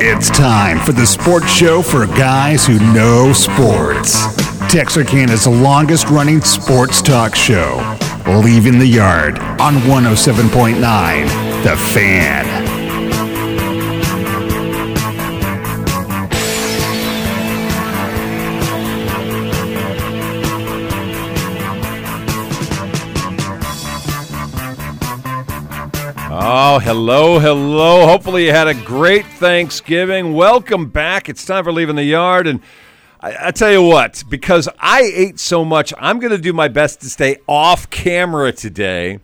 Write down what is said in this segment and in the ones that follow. It's time for the sports show for guys who know sports. Texarkana's longest running sports talk show. Leaving the Yard on 107.9 The Fan. Oh, hello, hello. Hopefully, you had a great Thanksgiving. Welcome back. It's time for leaving the yard. And I, I tell you what, because I ate so much, I'm going to do my best to stay off camera today.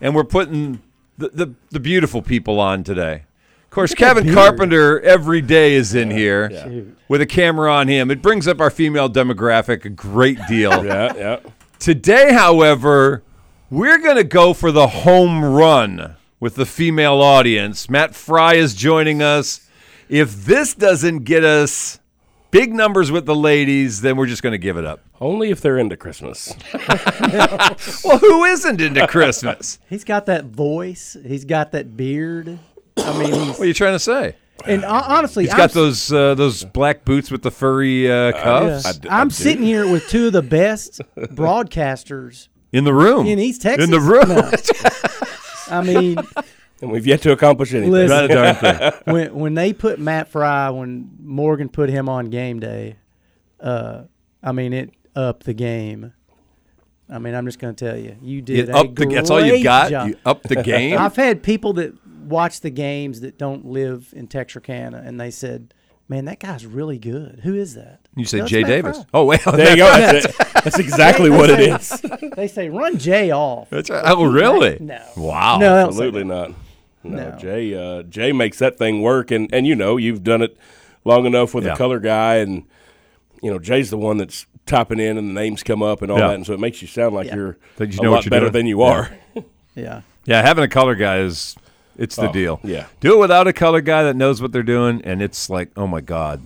And we're putting the, the, the beautiful people on today. Of course, Kevin Carpenter every day is in here with a camera on him. It brings up our female demographic a great deal. Yeah, yeah. Today, however, we're going to go for the home run with the female audience. Matt Fry is joining us. If this doesn't get us big numbers with the ladies, then we're just going to give it up. Only if they're into Christmas. Well, who isn't into Christmas? He's got that voice. He's got that beard. I mean, he's, What are you trying to say? and ho- honestly, He's I'm, got those uh, those black boots with the furry uh, cuffs s- I'm sitting here with two of the best broadcasters in the room. in East Texas. In the room. No. I mean, And we've yet to accomplish anything. Not Listen. a darn thing. when when they put Matt Fry, when Morgan put him on game day, uh, I mean it upped the game. I mean, I'm just going to tell you, you You did a up the, great that's all you got. job. You up the game. I've had people that watch the games that don't live in Texarkana, and they said, "Man, that guy's really good. Who is that?" You say That's Jay Matt Davis. Fry. Oh, wait. There you go. That's, it. That's exactly what it is. They say, "Run Jay off." That's right. Oh, really? No. Wow. No, I don't say Absolutely not. No, No. Jay. Uh, Jay makes that thing work, and and you know you've done it long enough with Yeah. a color guy, and you know Jay's the one that's typing in, and the names come up and all Yeah. that, and so it makes you sound like Yeah. you're That you a know what lot you're better doing. than you Yeah. are. that. Yeah. Yeah, having a color guy is it's the Oh, deal. yeah. Do it without a color guy that knows what they're doing and it's like, "Oh my god.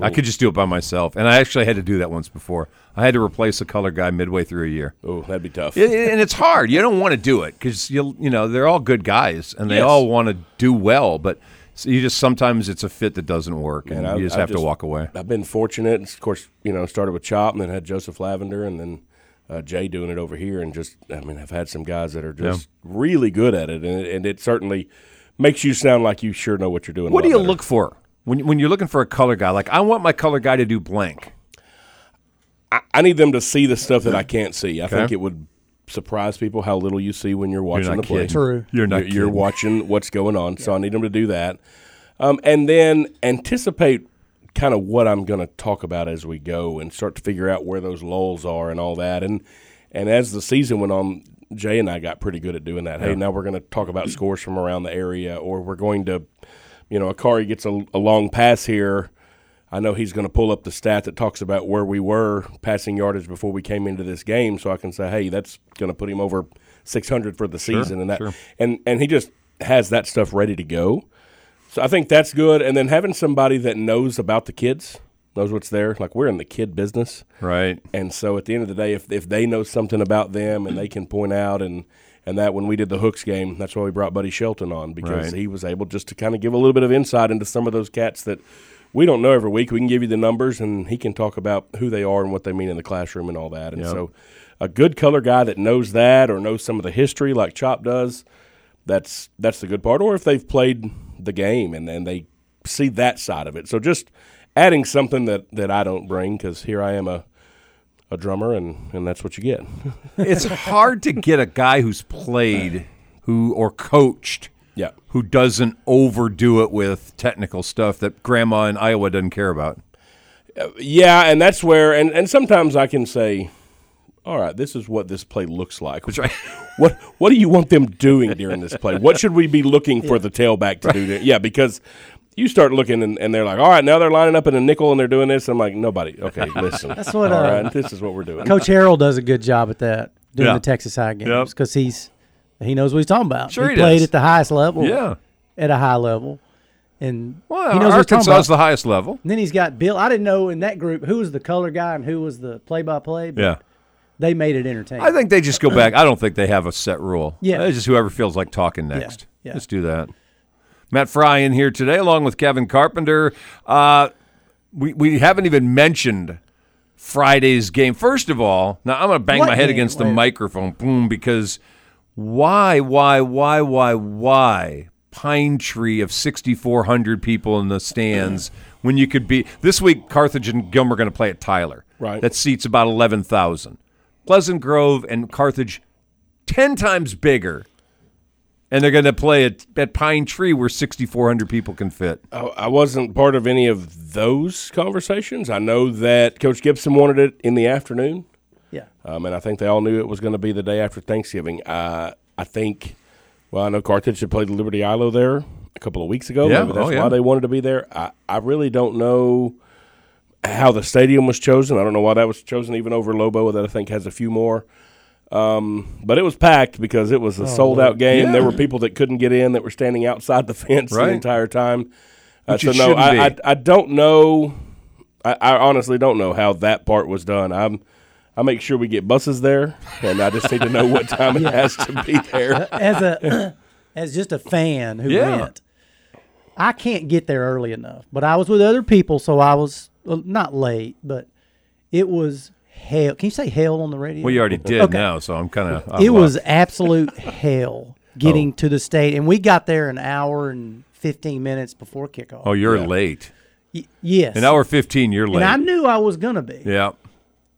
I could just do it by myself." And I actually had to do that once before. I had to replace a color guy midway through a year. Oh, that'd be tough. It- it- and it's hard. You don't want to do it cuz you you know, they're all good guys and they Yes. all want to do well, but so you just sometimes it's a fit that doesn't work and, And I- you just I have to walk away. I've been fortunate. Of course, you know, started with Chop and then had Joseph Lavender and then uh, Jay doing it over here. And just, I mean, I've had some guys that are just really good at it. And, it- and it certainly makes you sound like you sure know what you're doing. a What do lot you better. look for when when you're looking for a color guy? Like I want my color guy to do blank. I, I need them to see the stuff that I can't see. I think Okay. it would surprise people how little you see when you're watching not the play. kidding. True. You're not You're, you're kidding. watching what's going on. So I need them to do that, um, and then anticipate kind of what I'm going to talk about as we go, and start to figure out where those lulls are and all that. And and as the season went on. Jay and I got pretty good at doing that. Hey, now we're going to talk about scores from around the area, or we're going to, you know, Akari gets a, a long pass here. I know he's going to pull up the stat that talks about where we were passing yardage before we came into this game, so I can say, hey, that's going to put him over 600 for the season, and that, and and he just has that stuff ready to go. So I think that's good, and then having somebody that knows about the kids, knows what's there. Like we're in the kid business, Right. and so at the end of the day, if if they know something about them and they can point out and and that when we did the hooks game, that's why we brought Buddy Shelton on because Right. he was able just to kind of give a little bit of insight into some of those cats that we don't know every week. We can give you the numbers and he can talk about who they are and what they mean in the classroom and all that. And so a good color guy that knows that or knows some of the history like Chop does, that's that's the good part. Or if they've played the game and, and they see that side of it. So just adding something that, that I don't bring because here I am a a drummer, and, and that's what you get. it's hard to get a guy who's played who or coached Yeah. who doesn't overdo it with technical stuff that grandma in Iowa doesn't care about. yeah, and that's where, and, and sometimes I can say, all right, this is what this play looks like. That's right. What what do you want them doing during this play? What should we be looking for the tailback to do? There? Yeah, because you start looking and, and they're like, all right, now they're lining up in a nickel and they're doing this. I'm like, nobody. Okay, listen. That's what, All uh, right, this is what we're doing. Coach Harrell does a good job at that doing Yeah. the Texas High games Yep. because he's he knows what he's talking about. Sure he played does. at the highest level. Yeah. at a high level, and Well, he knows what he's talking Arkansas about. is the highest level. and then he's got Bill. I didn't know in that group who was the color guy and who was the play-by-play. But Yeah. they made it entertaining. I think they just go back. I don't think they have a set rule. Yeah. It's just whoever feels like talking next. yeah. Let's do that. Matt Fry in here today, along with Kevin Carpenter. Uh, we, we haven't even mentioned Friday's game. First of all, now I'm going to bang What my head game? against the Wait. microphone, boom, because why, why, why, why, why Pine Tree of 6,400 people in the stands when you could be this week? Carthage and Gilmer are going to play at Tyler. Right. that seats about 11,000. Pleasant Grove and Carthage, ten times bigger. And they're going to play at, at Pine Tree where 6,400 people can fit. I, I wasn't part of any of those conversations. I know that Coach Gibson wanted it in the afternoon, Yeah. um, and I think they all knew it was going to be the day after Thanksgiving. Uh, I think, well, I know Carthage had played Liberty Ilo there a couple of weeks ago. Yeah, Maybe that's oh, yeah. why they wanted to be there. I, I really don't know how the stadium was chosen. I don't know why that was chosen, even over Lobo, that I think has a few more. Um, but it was packed because it Oh, was a sold out game. There were people that couldn't get in that were standing outside the fence Right. the entire time. Uh, Which so it no, shouldn't I, I be. I don't know. I, I honestly don't know how that part was done. I'm I make sure we get buses there, and I just need to know what time it has to be there. As a as just a fan who Yeah. went, I can't get there early enough. But I was with other people, so I was well, not late, but it was hell. Can you say hell on the radio? Well, you already did Okay. now, so I'm Oh. kind of. it was absolute hell getting to the state, and we got there an hour and fifteen minutes before kickoff. Oh, you're late. Y- yes, An hour 15, you're late. and I knew I was gonna be. yeah.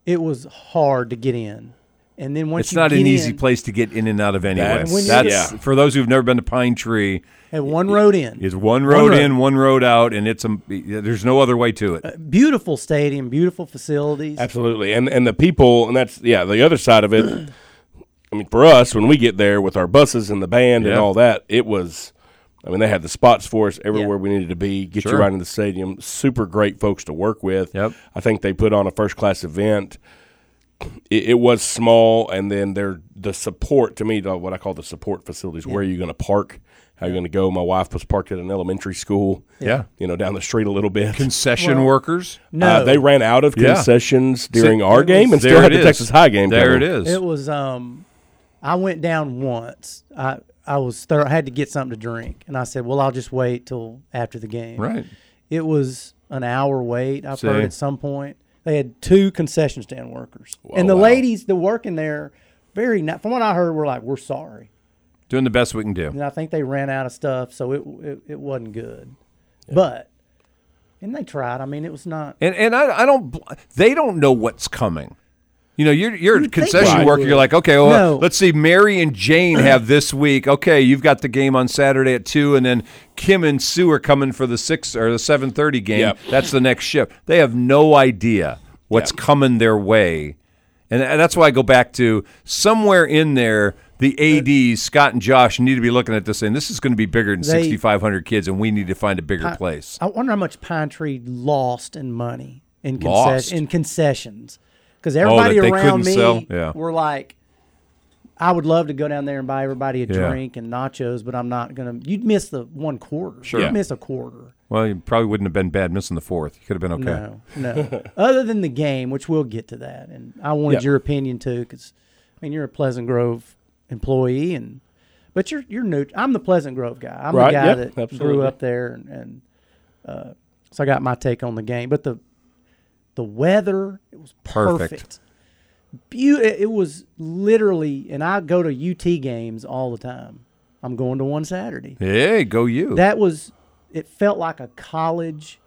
It was hard to get in, and then once It's you not get an easy in- place to get in and out of anyway. That's- That's, When you- yeah. for those who've never been to Pine Tree. Had one road in. Is one road road. in, one road out, and it's a there's no other way to it. Uh, beautiful stadium, beautiful facilities. Absolutely, and and the people, and that's yeah, the other side of it. I mean, for us, when we get there with our buses and the band and Yeah. all that, it was. I mean, they had the spots for us everywhere we needed to be. Get Sure. you right in the stadium. Super great folks to work with. Yep. I think they put on a first class event. It, it was small, and then their the support to me, the- what I call the support facilities. Where are you going to park? How you going to go? My wife was parked at an elementary school. Yeah. you know, down the street a little bit. Concession workers. No, Uh, they ran out of Yeah. concessions during So- our It game and There still had it the is. Texas High game. There coming. it is. it was. Um, I went down once. I I was thir- I had to get something to drink, and I said, "Well, I'll just wait till after the game." right. It was an hour wait. I've See? heard at some point they had two concession stand workers, and the wow. ladies that work in there, very not from what I heard, were like, "We're sorry," Doing the best we can do. and I think they ran out of stuff, so it it, it wasn't good. But and they tried. I mean, it was not. And and I, I don't bl- they don't know what's coming. You know, you're you're a You'd think concession they worker. would. You're like, okay, well, No. let's see. Mary and Jane have this week. Okay, you've got the game on Saturday at two, and then Kim and Sue are coming for the six or the seven thirty game. Yep. That's the next shift. They have no idea what's coming their way, and tha- that's why I go back to somewhere in there. Uh, The ads Scott and Josh need to be looking at this and this is going to be bigger than They- 6,500 kids, and we need to find a bigger place. I wonder how much Pine Tree lost in money in, Lost? Oh, concess- in concessions because everybody that they couldn't around me sell? Yeah. were like, "I would love to go down there and buy everybody a Yeah. drink and nachos, but I'm not gonna." You'd miss the one quarter. Sure. You'd Yeah. miss a quarter. Well, you probably wouldn't have been bad missing the fourth. You could have been okay. No, no. Other than the game, which we'll get to that, and I wanted Yeah. your opinion too, because I mean you're a Pleasant Grove employee, and but you're you're new. I'm the Pleasant Grove guy. I'm Right, the guy yeah, that grew absolutely. up there, and, and uh, so I got my take on the game. But the the weather it was Perfect. perfect. Beau- it it was literally, and I go to UT games all the time. I'm going to one Saturday. Hey, go you. That was it felt like a college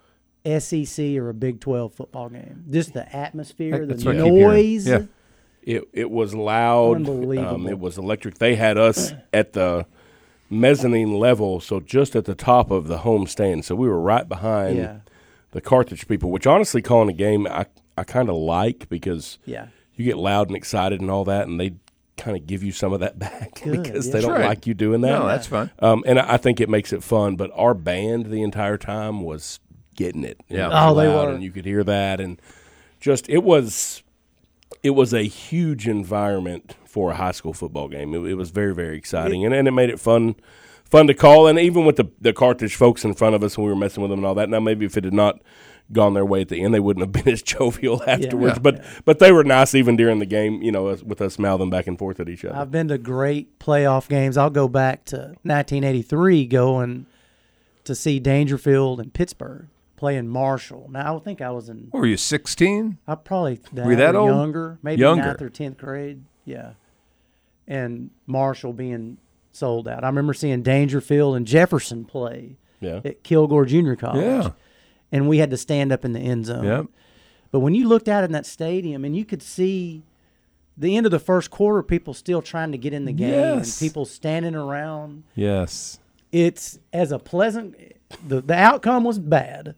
SEC or a Big 12 football game. Just the atmosphere, That's the what I keep hearing. noise. Yeah. It it was loud. Um, Unbelievable. it was electric. They had us at the mezzanine level, so just at the top of the home stand. So we were right behind Yeah. the Carthage people, which honestly, calling a game, I I kind of like because Yeah. you get loud and excited and all that, and they kind of give you some of that back because yeah. they don't right. like you doing that. No, that's fine. Um, and I, I think it makes it fun. But our band the entire time was getting it. Yeah. It was Oh, they loud, were. and you could hear that, and just it was, it was a huge environment for a high school football game. It, it was very very exciting, and, and it made it fun. Fun to call, and even with the the Carthage folks in front of us when we were messing with them and all that. Now maybe if it had not gone their way at the end, they wouldn't have been as jovial afterwards. Yeah. But but they were nice even during the game. You know, us- with us mouthing back and forth at each other. I've been to great playoff games. I'll go back to 1983 going to see Dangerfield and Pittsburgh playing Marshall. Now I think I was in What were you, 16? I probably that, you that or old? younger, maybe Younger. ninth or tenth grade. Yeah, and Marshall being sold out. I remember seeing Dangerfield and Jefferson play Yeah. at Kilgore Junior College. Yeah. and we had to stand up in the end zone. Yep. But when you looked out in that stadium and you could see the end of the first quarter, people still trying to get in the game Yes. and people standing around. Yes. It's as a pleasant the, the outcome was bad,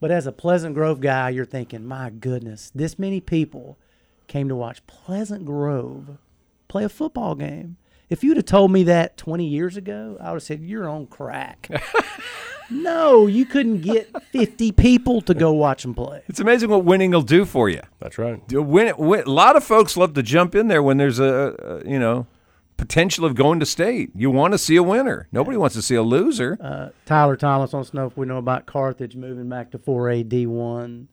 but as a Pleasant Grove guy, you're thinking, My goodness, this many people came to watch Pleasant Grove play a football game. If you'd have told me that twenty years ago, I would have said, You're on crack. no, you couldn't get fifty people to go watch them play. It's amazing what winning will do for you. That's right. Do- Win, win, a lot of folks love to jump in there when there's a, a you know potential of going to state. You want to see a winner. Nobody wants to see a loser. Uh, Tyler Thomas wants to know if we know about Carthage moving back to 4A D1.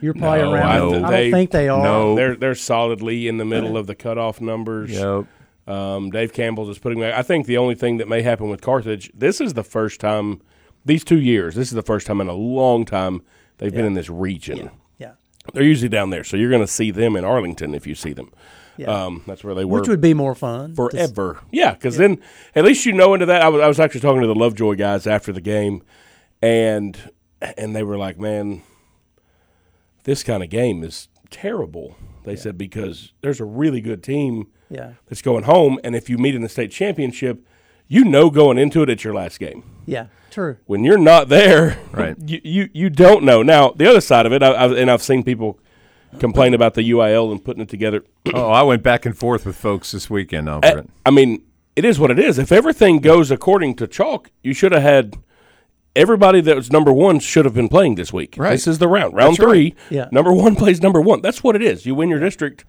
You're probably No, around. I I, don't- don't they- think they are. no. They're they're solidly in the middle of the cutoff numbers. Yep. Um, Dave Campbell's is putting. I think the only thing that may happen with Carthage. This is the first time. These two years. This is the first time in a long time they've been in this region. Yeah. They're usually down there, so you're going to see them in Arlington if you see them. Yeah. Um, that's where they were. Which would be more fun. to s- forever. Yeah, because then at least you know into that. I was, I was actually talking to the Lovejoy guys after the game, and and they were like, "Man, this kind of game is terrible." They said because there's a really good team Yeah. that's going home, and if you meet in the state championship, you know going into it, it's your last game Yeah. True. when you're not there, Right. You, you you don't know. Now the other side of it, I, I, and I've seen people complain about the UIL and putting it together. oh, I went back and forth with folks this weekend over I, it. Eh, I mean, it is what it is. If everything goes according to chalk, you should have had everybody that was number one should have been playing this week. Right. This is the round, round That's right. three. Yeah. number one plays number one. That's what it is. You win your district.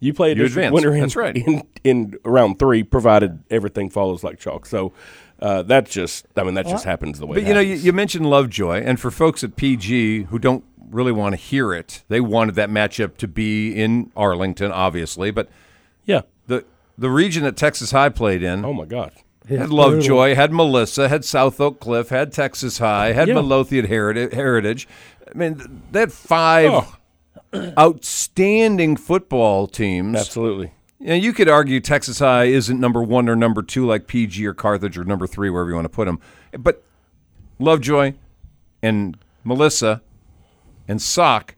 You play a You district advance. winner in, That's right. in, in round three, provided everything follows like chalk. So uh, that's just, I mean, that just happens the way. But it you know, you, happens. you mentioned Lovejoy, and for folks at PG who don't really want to hear it, they wanted that matchup to be in Arlington, obviously. But yeah. the the region that Texas High played in Oh my God. had Lovejoy, had Melissa, had South Oak Cliff, had Texas High, had Yeah. Midlothian Heritage. Heritage. I mean, th- they had five Oh. outstanding football teams. Absolutely. You, know, you could argue Texas High isn't number one or number two like PG or Carthage or number three, wherever you want to put them. But Lovejoy and Melissa and Sock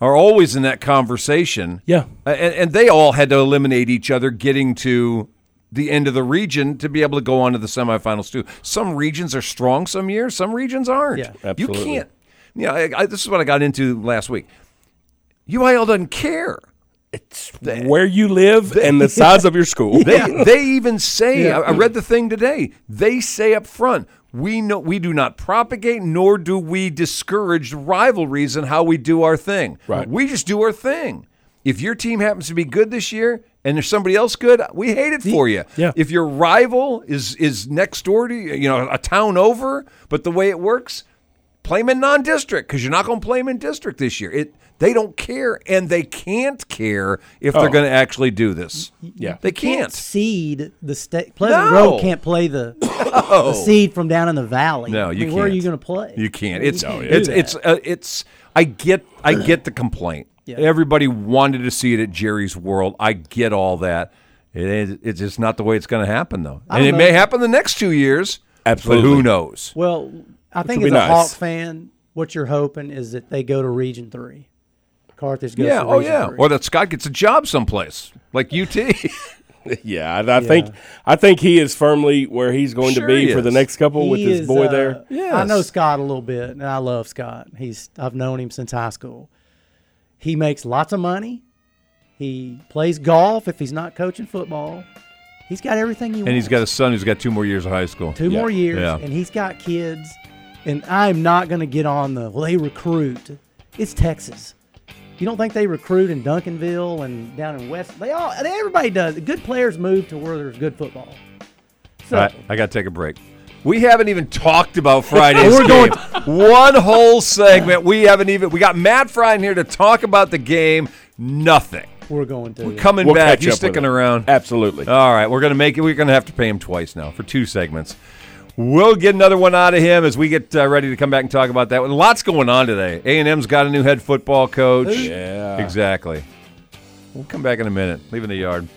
are always in that conversation. Yeah. A- And, and they all had to eliminate each other getting to the end of the region to be able to go on to the semifinals, too. Some regions are strong some years, some regions aren't. Yeah. Absolutely. You can't. You know, I, I, this is what I got into last week. UIL doesn't care. It's Where you live and the size of your school. they they even say I, I read the thing today. They say up front, we know we do not propagate nor do we discourage rivalries in how we do our thing. Right. We just do our thing. If your team happens to be good this year and there's somebody else good, we hate it for you. Yeah. If your rival is is next door to you, you know, a town over, but the way it works, play them in non-district because you're not going to play them in district this year. It they don't care and they can't care if Oh. they're going to actually do this. Yeah. They Can't can't. seed the state. Pleasant No. Oh. Grove can't play the, the seed from down in the valley. No, I you mean, Where are can't. you going to play? You can't. It's can't do it's it's uh, it's. I get I get the complaint. Yeah. Everybody wanted to see it at Jerry's World. I get all that. It is. It's just not the way it's going to happen though. And don't it know. may happen the next two years. Absolutely. But who knows? Well, I think would as be a nice. Hawk fan, what you're hoping is that they go to Region Three. Carthage goes. Yeah. To Oh region yeah. Three. Or that Scott gets a job someplace like UT. yeah, I, I think I think he is firmly where he's going Sure to be he for the is. next couple with He his is, boy uh, there. I know Yes. Scott a little bit, and I love Scott. He's I've known him since high school. He makes lots of money. He plays golf if he's not coaching football. He's got everything you want. and he's got a son who's got two more years of high school. two Yeah. more years, Yeah. and he's got kids. And I'm not going to get on the well. They recruit. It's Texas. You don't think they recruit in Duncanville and down in West? They all everybody does. Good players move to where there's good football. So All right, I got to take a break. We haven't even talked about Friday's We're game. One whole segment. We haven't even. We got Matt Fry in here to talk about the game. Nothing. we're going to. Coming We'll back. catch You up with sticking it. around? Uh, Absolutely. All right, we're gonna make it. We're gonna have to pay him twice now for two segments. We'll get another one out of him as we get uh, ready to come back and talk about that. one. Lots going on today. A and M's got a new head football coach. Yeah. exactly. We'll come back in a minute. Leaving the yard.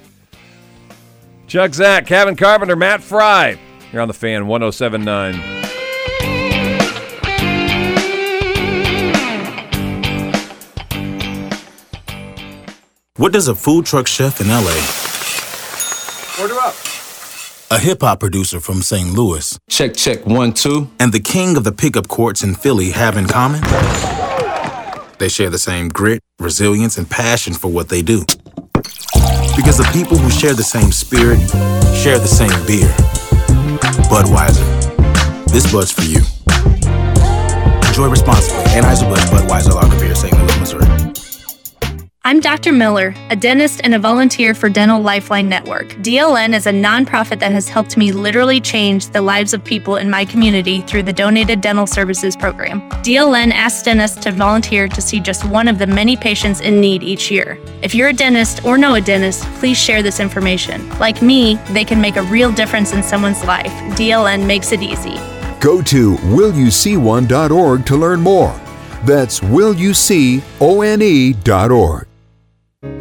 Chuck Zach, Kevin Carpenter, Matt Fry. You're on the fan 1079. What does a food truck chef in LA? Order up. A hip hop producer from St. Louis Check, check, one, two. and the king of the pickup courts in Philly have in common? They share the same grit, resilience, and passion for what they do. Because the people who share the same spirit share the same beer. Budweiser. This Bud's for you. Enjoy responsibly. Anheuser-Busch Budweiser Lager Beer, St. Louis, Missouri. I'm Dr. Miller, a dentist and a volunteer for Dental Lifeline Network. DLN is a nonprofit that has helped me literally change the lives of people in my community through the donated dental services program. DLN asks dentists to volunteer to see just one of the many patients in need each year. If you're a dentist or know a dentist, please share this information. Like me, they can make a real difference in someone's life. DLN makes it easy. Go to willyouseeone.org to learn more. That's willyouseeone.org.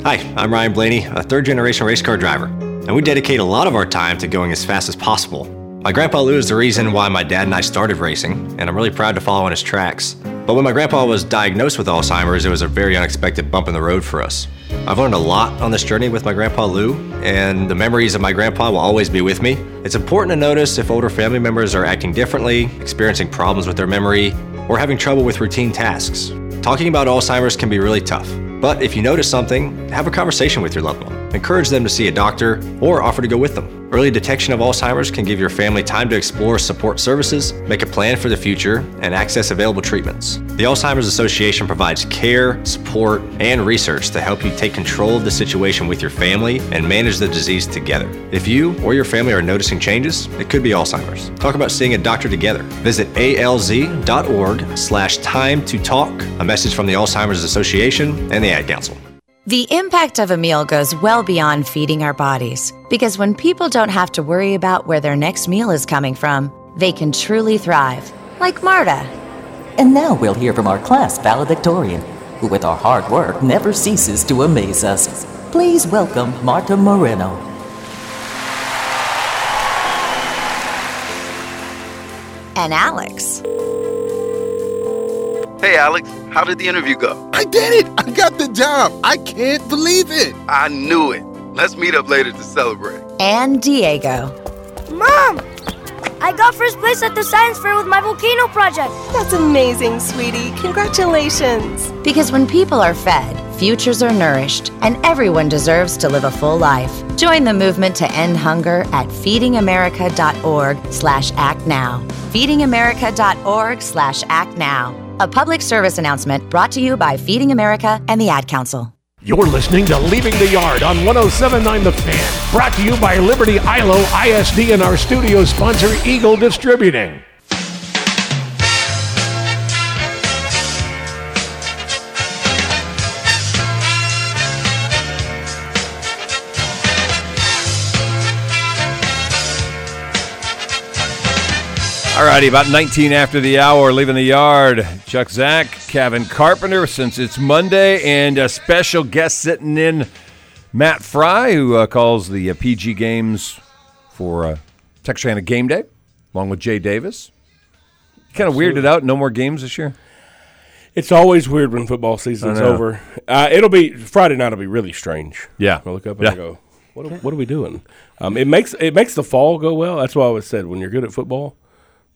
Hi, I'm Ryan Blaney, a third generation race car driver, and we dedicate a lot of our time to going as fast as possible. My grandpa Lou is the reason why my dad and I started racing, and I'm really proud to follow in his tracks. But when my grandpa was diagnosed with Alzheimer's, it was a very unexpected bump in the road for us. I've learned a lot on this journey with my grandpa Lou, and the memories of my grandpa will always be with me. It's important to notice if older family members are acting differently, experiencing problems with their memory, or having trouble with routine tasks. Talking about Alzheimer's can be really tough, but if you notice something, have a conversation with your loved one. Encourage them to see a doctor or offer to go with them. Early detection of Alzheimer's can give your family time to explore support services, make a plan for the future, and access available treatments. The Alzheimer's Association provides care, support, and research to help you take control of the situation with your family and manage the disease together. If you or your family are noticing changes, it could be Alzheimer's. Talk about seeing a doctor together. Visit alz.org slash time to talk, a message from the Alzheimer's Association and the Ad Council. The impact of a meal goes well beyond feeding our bodies because when people don't have to worry about where their next meal is coming from, they can truly thrive, like Marta. And now we'll hear from our class valedictorian, who with our hard work never ceases to amaze us. Please welcome Marta Moreno. And Alex. Hey, Alex, how did the interview go? I did it! I got the job! I can't believe it! I knew it. Let's meet up later to celebrate. And Diego. Mom, I got first place at the science fair with my volcano project. That's amazing, sweetie. Congratulations. Because when people are fed, futures are nourished, and everyone deserves to live a full life. Join the movement to end hunger at feedingamerica.org slash act now. Feedingamerica.org slash act now. A public service announcement brought to you by Feeding America and the Ad Council. You're listening to Leaving the Yard on 1079 The Fan, brought to you by Liberty ILO ISD and our studio sponsor, Eagle Distributing. All righty, about 19 after the hour, leaving the yard. Chuck Zach, Kevin Carpenter, since it's Monday, and a special guest sitting in, Matt Fry, who uh, calls the uh, PG games for uh, Texarkana Game Day, along with Jay Davis. Kind of weirded out, no more games this year. It's always weird when football season's I know. over. Uh, it'll be Friday night. Will be really strange. Yeah. I look up Yeah. and I go, what, are- what are we doing? Um, it makes it makes the fall go well. That's why I always said when you're good at football,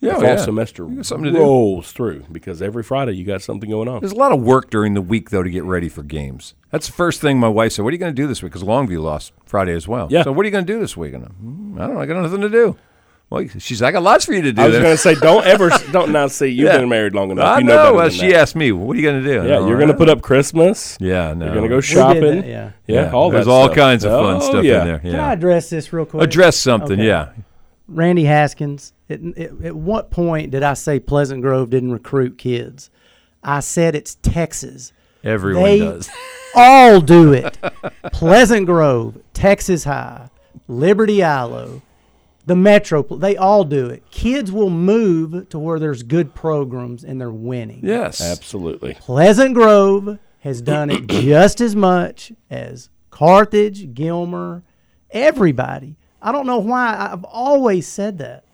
Yeah, the oh, fall yeah. semester You got something to do. rolls through because every Friday you got something going on. There's a lot of work during the week, though, to get ready for games. That's the first thing my wife said. What are you going to do this week? Because Longview lost Friday as well. Yeah. So what are you going to do this week? And I'm, "Mm, I don't know. I got nothing to do. Well, she's I got lots for you to do. I was then." going to say, don't ever, don't now see you've Yeah. been married long enough. I you know. know, better well, than she that. asked me, "What are you going to do?" And Yeah, I'm you're like, going to put up Christmas. Yeah, no. You're going to go We did shopping. that, yeah. yeah, Yeah, all that there's all stuff. kinds of fun Oh, stuff yeah. in there. Can I Yeah. address this real quick? Address something. Okay. Yeah. Randy Haskins. At, at, at what point did I say Pleasant Grove didn't recruit kids? I said it's Texas. Everyone They- does. All do it. Pleasant Grove, Texas High, Liberty Ilo, The metro, they all do it. Kids will move to where there's good programs and they're winning. Yes. Absolutely. Pleasant Grove has done it just as much as Carthage, Gilmer, everybody. I don't know why I've always said that.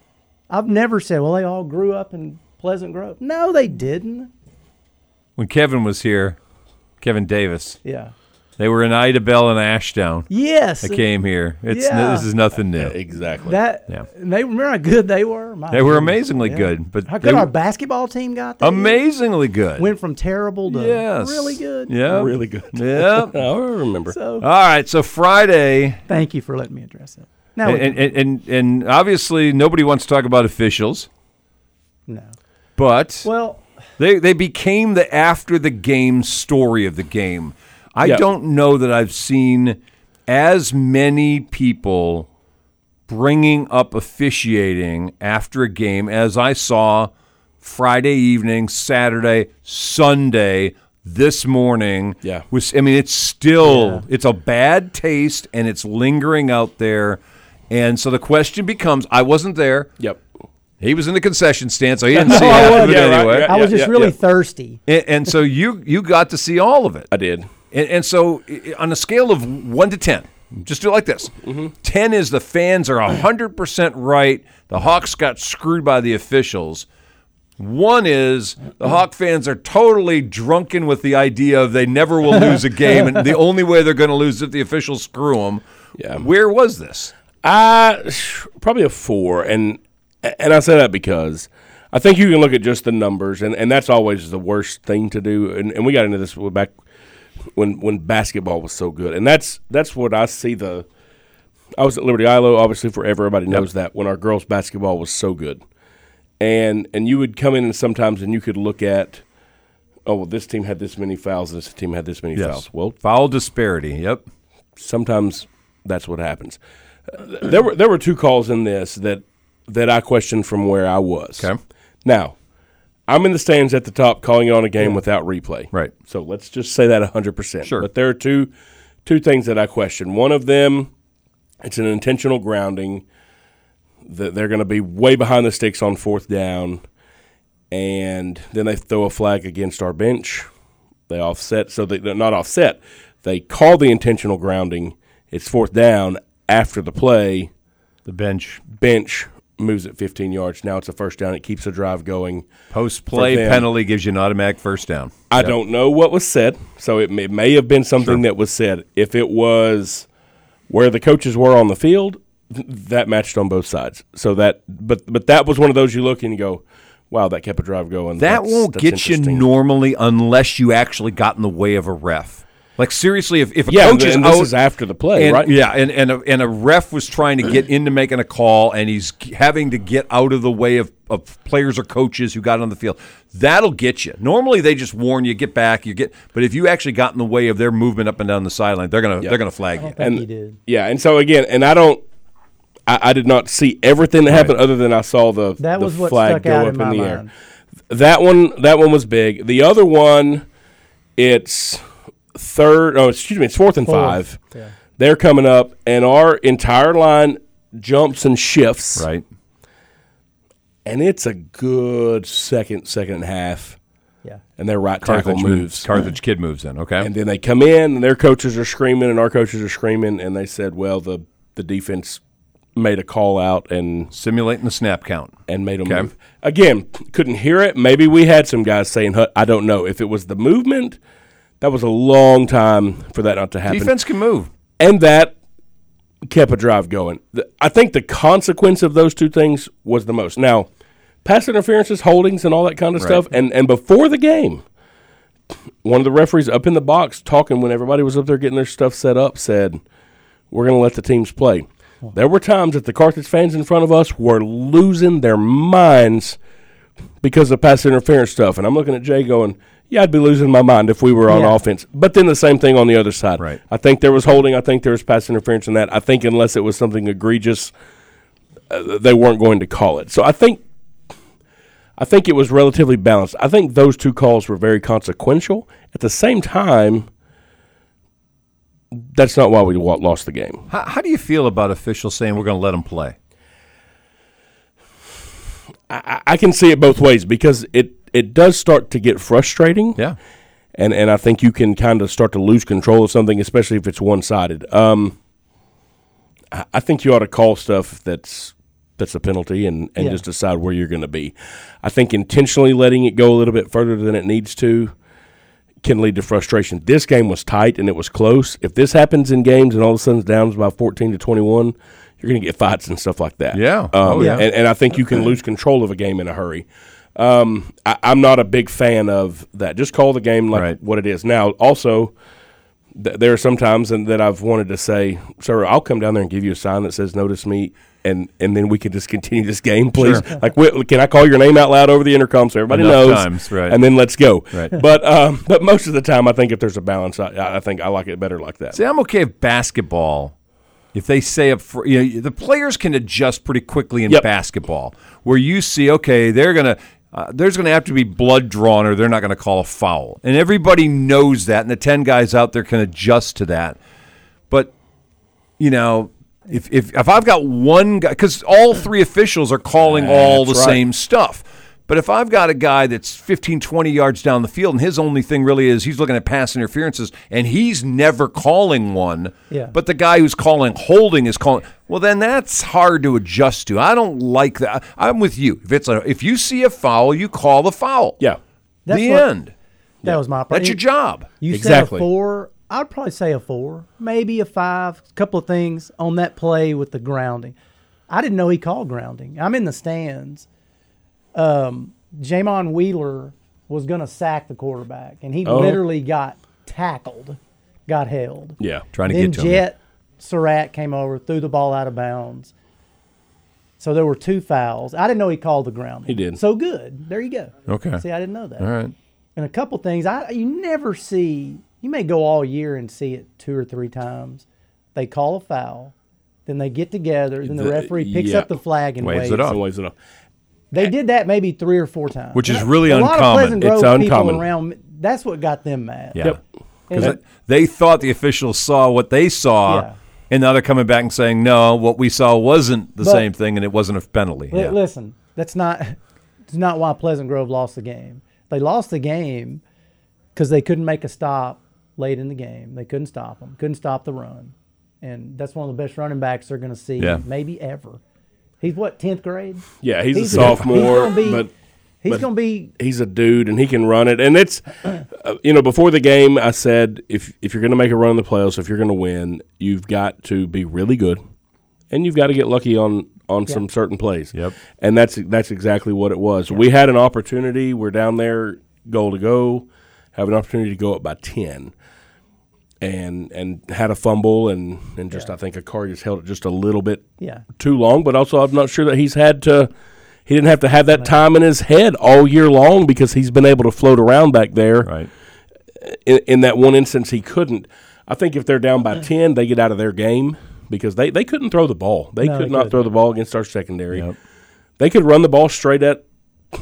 I've never said, well, they all grew up in Pleasant Grove. No, they didn't. When Kevin was here, Kevin Davis. Yeah. They were in Idabel and Ashdown. Yes. They came here. It's Yeah. this is nothing new. Exactly. That Yeah. and they remember how good they were. My They were goodness. amazingly Yeah. good, but how they good our were basketball team got there. amazingly good. Went from terrible to yes. really good. Yeah. Uh, Really good. Yeah. oh, I remember. So- All right. So Friday. Thank you for letting me address it. Now we and, and, and, and obviously nobody wants to talk about officials. No. But well, they they became the after the game story of the game. I Yeah. don't know that I've seen as many people bringing up officiating after a game as I saw Friday evening, Saturday, Sunday, this morning. Yeah. Was I mean it's still it's a bad taste and it's lingering out there. And so the question becomes I wasn't there. Yep. He was in the concession stand, so he didn't see No, I it. wasn't. but Yeah, right, anyway. yeah, I was just yeah, really yeah. thirsty. And, and so you you got to see all of it. I did. And, and so i- on a scale of one to ten, just do it like this: Mm-hmm. ten is the fans are hundred percent right. The Hawks got screwed by the officials. One is the Hawk fans are totally drunken with the idea of they never will lose a game, and the only way they're going to lose is if the officials screw them. Yeah. Where was this? I probably a four, and and I say that because I think you can look at just the numbers, and, and that's always the worst thing to do. And, and we got into this back when when basketball was so good, and that's that's what I see the. I was at Liberty Ilo, obviously, forever. Everybody knows that when our girls' basketball was so good, and and you would come in and sometimes and you could look at, oh well, this team had this many fouls, this team had this many fouls. Well, foul disparity. Yep. sometimes that's what happens. Uh, There were there were two calls in this that that I questioned from where I was. Okay. Now, I'm in the stands at the top calling on a game without replay. Right. So let's just say that 100%. Sure. But there are two two things that I question. One of them it's an intentional grounding that they're going to be way behind the sticks on fourth down and then they throw a flag against our bench. They offset, so they, they're not offset. They call the intentional grounding. It's fourth down after the play. The bench Bench moves it 15 yards. Now it's a first down. It keeps the drive going. post play For them. penalty gives you an automatic first down. I Yep. don't know what was said, so it may, it may have been something that was said. If it was where the coaches were on the field, th- that matched on both sides. So that, but but that was one of those you look and you go, "Wow, that kept a drive going." That That's- won't that's get you interesting." normally unless you actually got in the way of a ref. Like seriously, if, if a Yeah, coach and is this out- is after the play, and- right? Yeah, and and a, and a ref was trying to get into making a call, and he's g- having to get out of the way of, of players or coaches who got on the field. That'll get you. Normally, they just warn you, get back, you get. But if you actually got in the way of their movement up and down the sideline, they're gonna they're gonna flag you. Thank you, dude. Yeah, and so again, and I don't, I, I did not see everything that happened other than I saw the That the was what flag stuck go out up in my the air. mind. That one, that one was big. The other one, it's third. Oh, excuse me, it's fourth and five. yeah. They're coming up, and our entire line jumps and shifts. Right. and it's a good second, second and a half, Yeah. and their right Carthage tackle moves. Carthage kid moves in. Okay. And then they come in, and their coaches are screaming, and our coaches are screaming, and they said, "Well, the the defense made a call out and Simulating the snap count. and made them Okay. move." Again, couldn't hear it. Maybe we had some guys saying, "Huh," "I don't know if it was the movement." That was a long time for that not to happen, Defense can move. and that kept a drive going. The- I think the consequence of those two things was the most. Now, pass interferences, holdings, and all that kind of Right. stuff, and and before the game one of the referees up in the box talking when everybody was up there getting their stuff set up said, We're going to let the teams play. There were times that the Carthage fans in front of us were losing their minds because of pass interference stuff. And I'm looking at Jay going, Yeah, I'd be losing my mind if we were on Yeah. offense. But then the same thing on the other side. Right. I think there was holding. I think there was pass interference in that. I think unless it was something egregious, uh, they weren't going to call it. So I think. I think it was relatively balanced. I think those two calls were very consequential. At the same time, that's not why we wa- lost the game. How, how do you feel about officials saying we're going to let them play? I, I can see it both ways because it it does start to get frustrating. Yeah, and and I think you can kind of start to lose control of something, especially if it's one sided. Um, I, I think you ought to call stuff that's that's a penalty and and Yeah. just decide where you're going to be. I think intentionally letting it go a little bit further than it needs to can lead to frustration. This game was tight and it was close. If this happens in games and all of a sudden it's down by 14 to 21, you're going to get fights and stuff like that. Yeah. Um, Oh, yeah. And, and I think you can lose control of a game in a hurry. Um, I, I'm not a big fan of that. Just call the game like what it is. Now, also, th- there are some times and that I've wanted to say, sir, I'll come down there and give you a sign that says notice me. And, and then we can just continue this game, please. Sure. Like, wh- can I call your name out loud over the intercom so everybody Enough knows? times, right. And then let's go. Right. But um, but most of the time, I think if there's a balance, I, I think I like it better like that. See, I'm okay if basketball, if they say up for, you know, the players can adjust pretty quickly in basketball, where you see, okay, they're gonna. Uh, there's going to have to be blood drawn, or they're not going to call a foul, and everybody knows that. And the ten guys out there can adjust to that. But you know, if if, if I've got one guy, because all three officials are calling all the That's right. same stuff. But if I've got a guy that's 15, 20 yards down the field, and his only thing really is he's looking at pass interferences, and he's never calling one. Yeah. But the guy who's calling holding is calling. Well, then that's hard to adjust to. I don't like that. I- I'm with you. If it's a, if you see a foul, you call the foul. Yeah. That's the what- end. That was my. That's your job. You Exactly. said a four. I'd probably say a four, maybe a five. A couple of things on that play with the grounding. I didn't know he called grounding. I'm in the stands. Um, Jamon Wheeler was going to sack the quarterback, and he Oh. literally got tackled, got held. Yeah, trying to Then get to him. Jet Surratt came over, threw the ball out of bounds. So there were two fouls. I didn't know he called the grounding. He did. So good. There you go. Okay. See, I didn't know that. All right. And a couple things I you never see. You may go all year and see it two or three times. They call a foul, then they get together, then the, The- referee picks yeah. up the flag and waves, Waves it off. Waves it off. They did that maybe three or four times, Which is And really a lot uncommon. Of Pleasant It's Grove uncommon. People around, that's what got them mad. Yeah. And- Because they thought the officials saw what they saw, and now they're coming back and saying, no, what we saw wasn't the But- same thing and it wasn't a penalty. Li- Yeah. Listen, that's not that's not why Pleasant Grove lost the game. They lost the game because they couldn't make a stop late in the game. They couldn't stop them. Couldn't stop the run, and that's one of the best running backs they're going to see Yeah. maybe ever. He's what tenth grade? Yeah, he's, a sophomore, he's gonna be, but he's but going to be he's a dude and he can run it. And it's uh, you know before the game I said if if you're going to make a run in the playoffs, if you're going to win, you've got to be really good, and you've got to get lucky on on Yeah. some certain plays. Yep. And that's that's exactly what it was. We had an opportunity. We're down there, goal to go, have an opportunity to go up by ten. And and had a fumble and and just I think Akari just held it just a little bit Yeah. too long, but also I'm not sure that he's had to. He didn't have to have that time in his head all year long because he's been able to float around back there. Right. In, in that one instance, he couldn't. I think if they're down by ten, they get out of their game because they, they couldn't throw the ball. They No, could they not couldn't. throw the ball against our secondary. They could run the ball straight at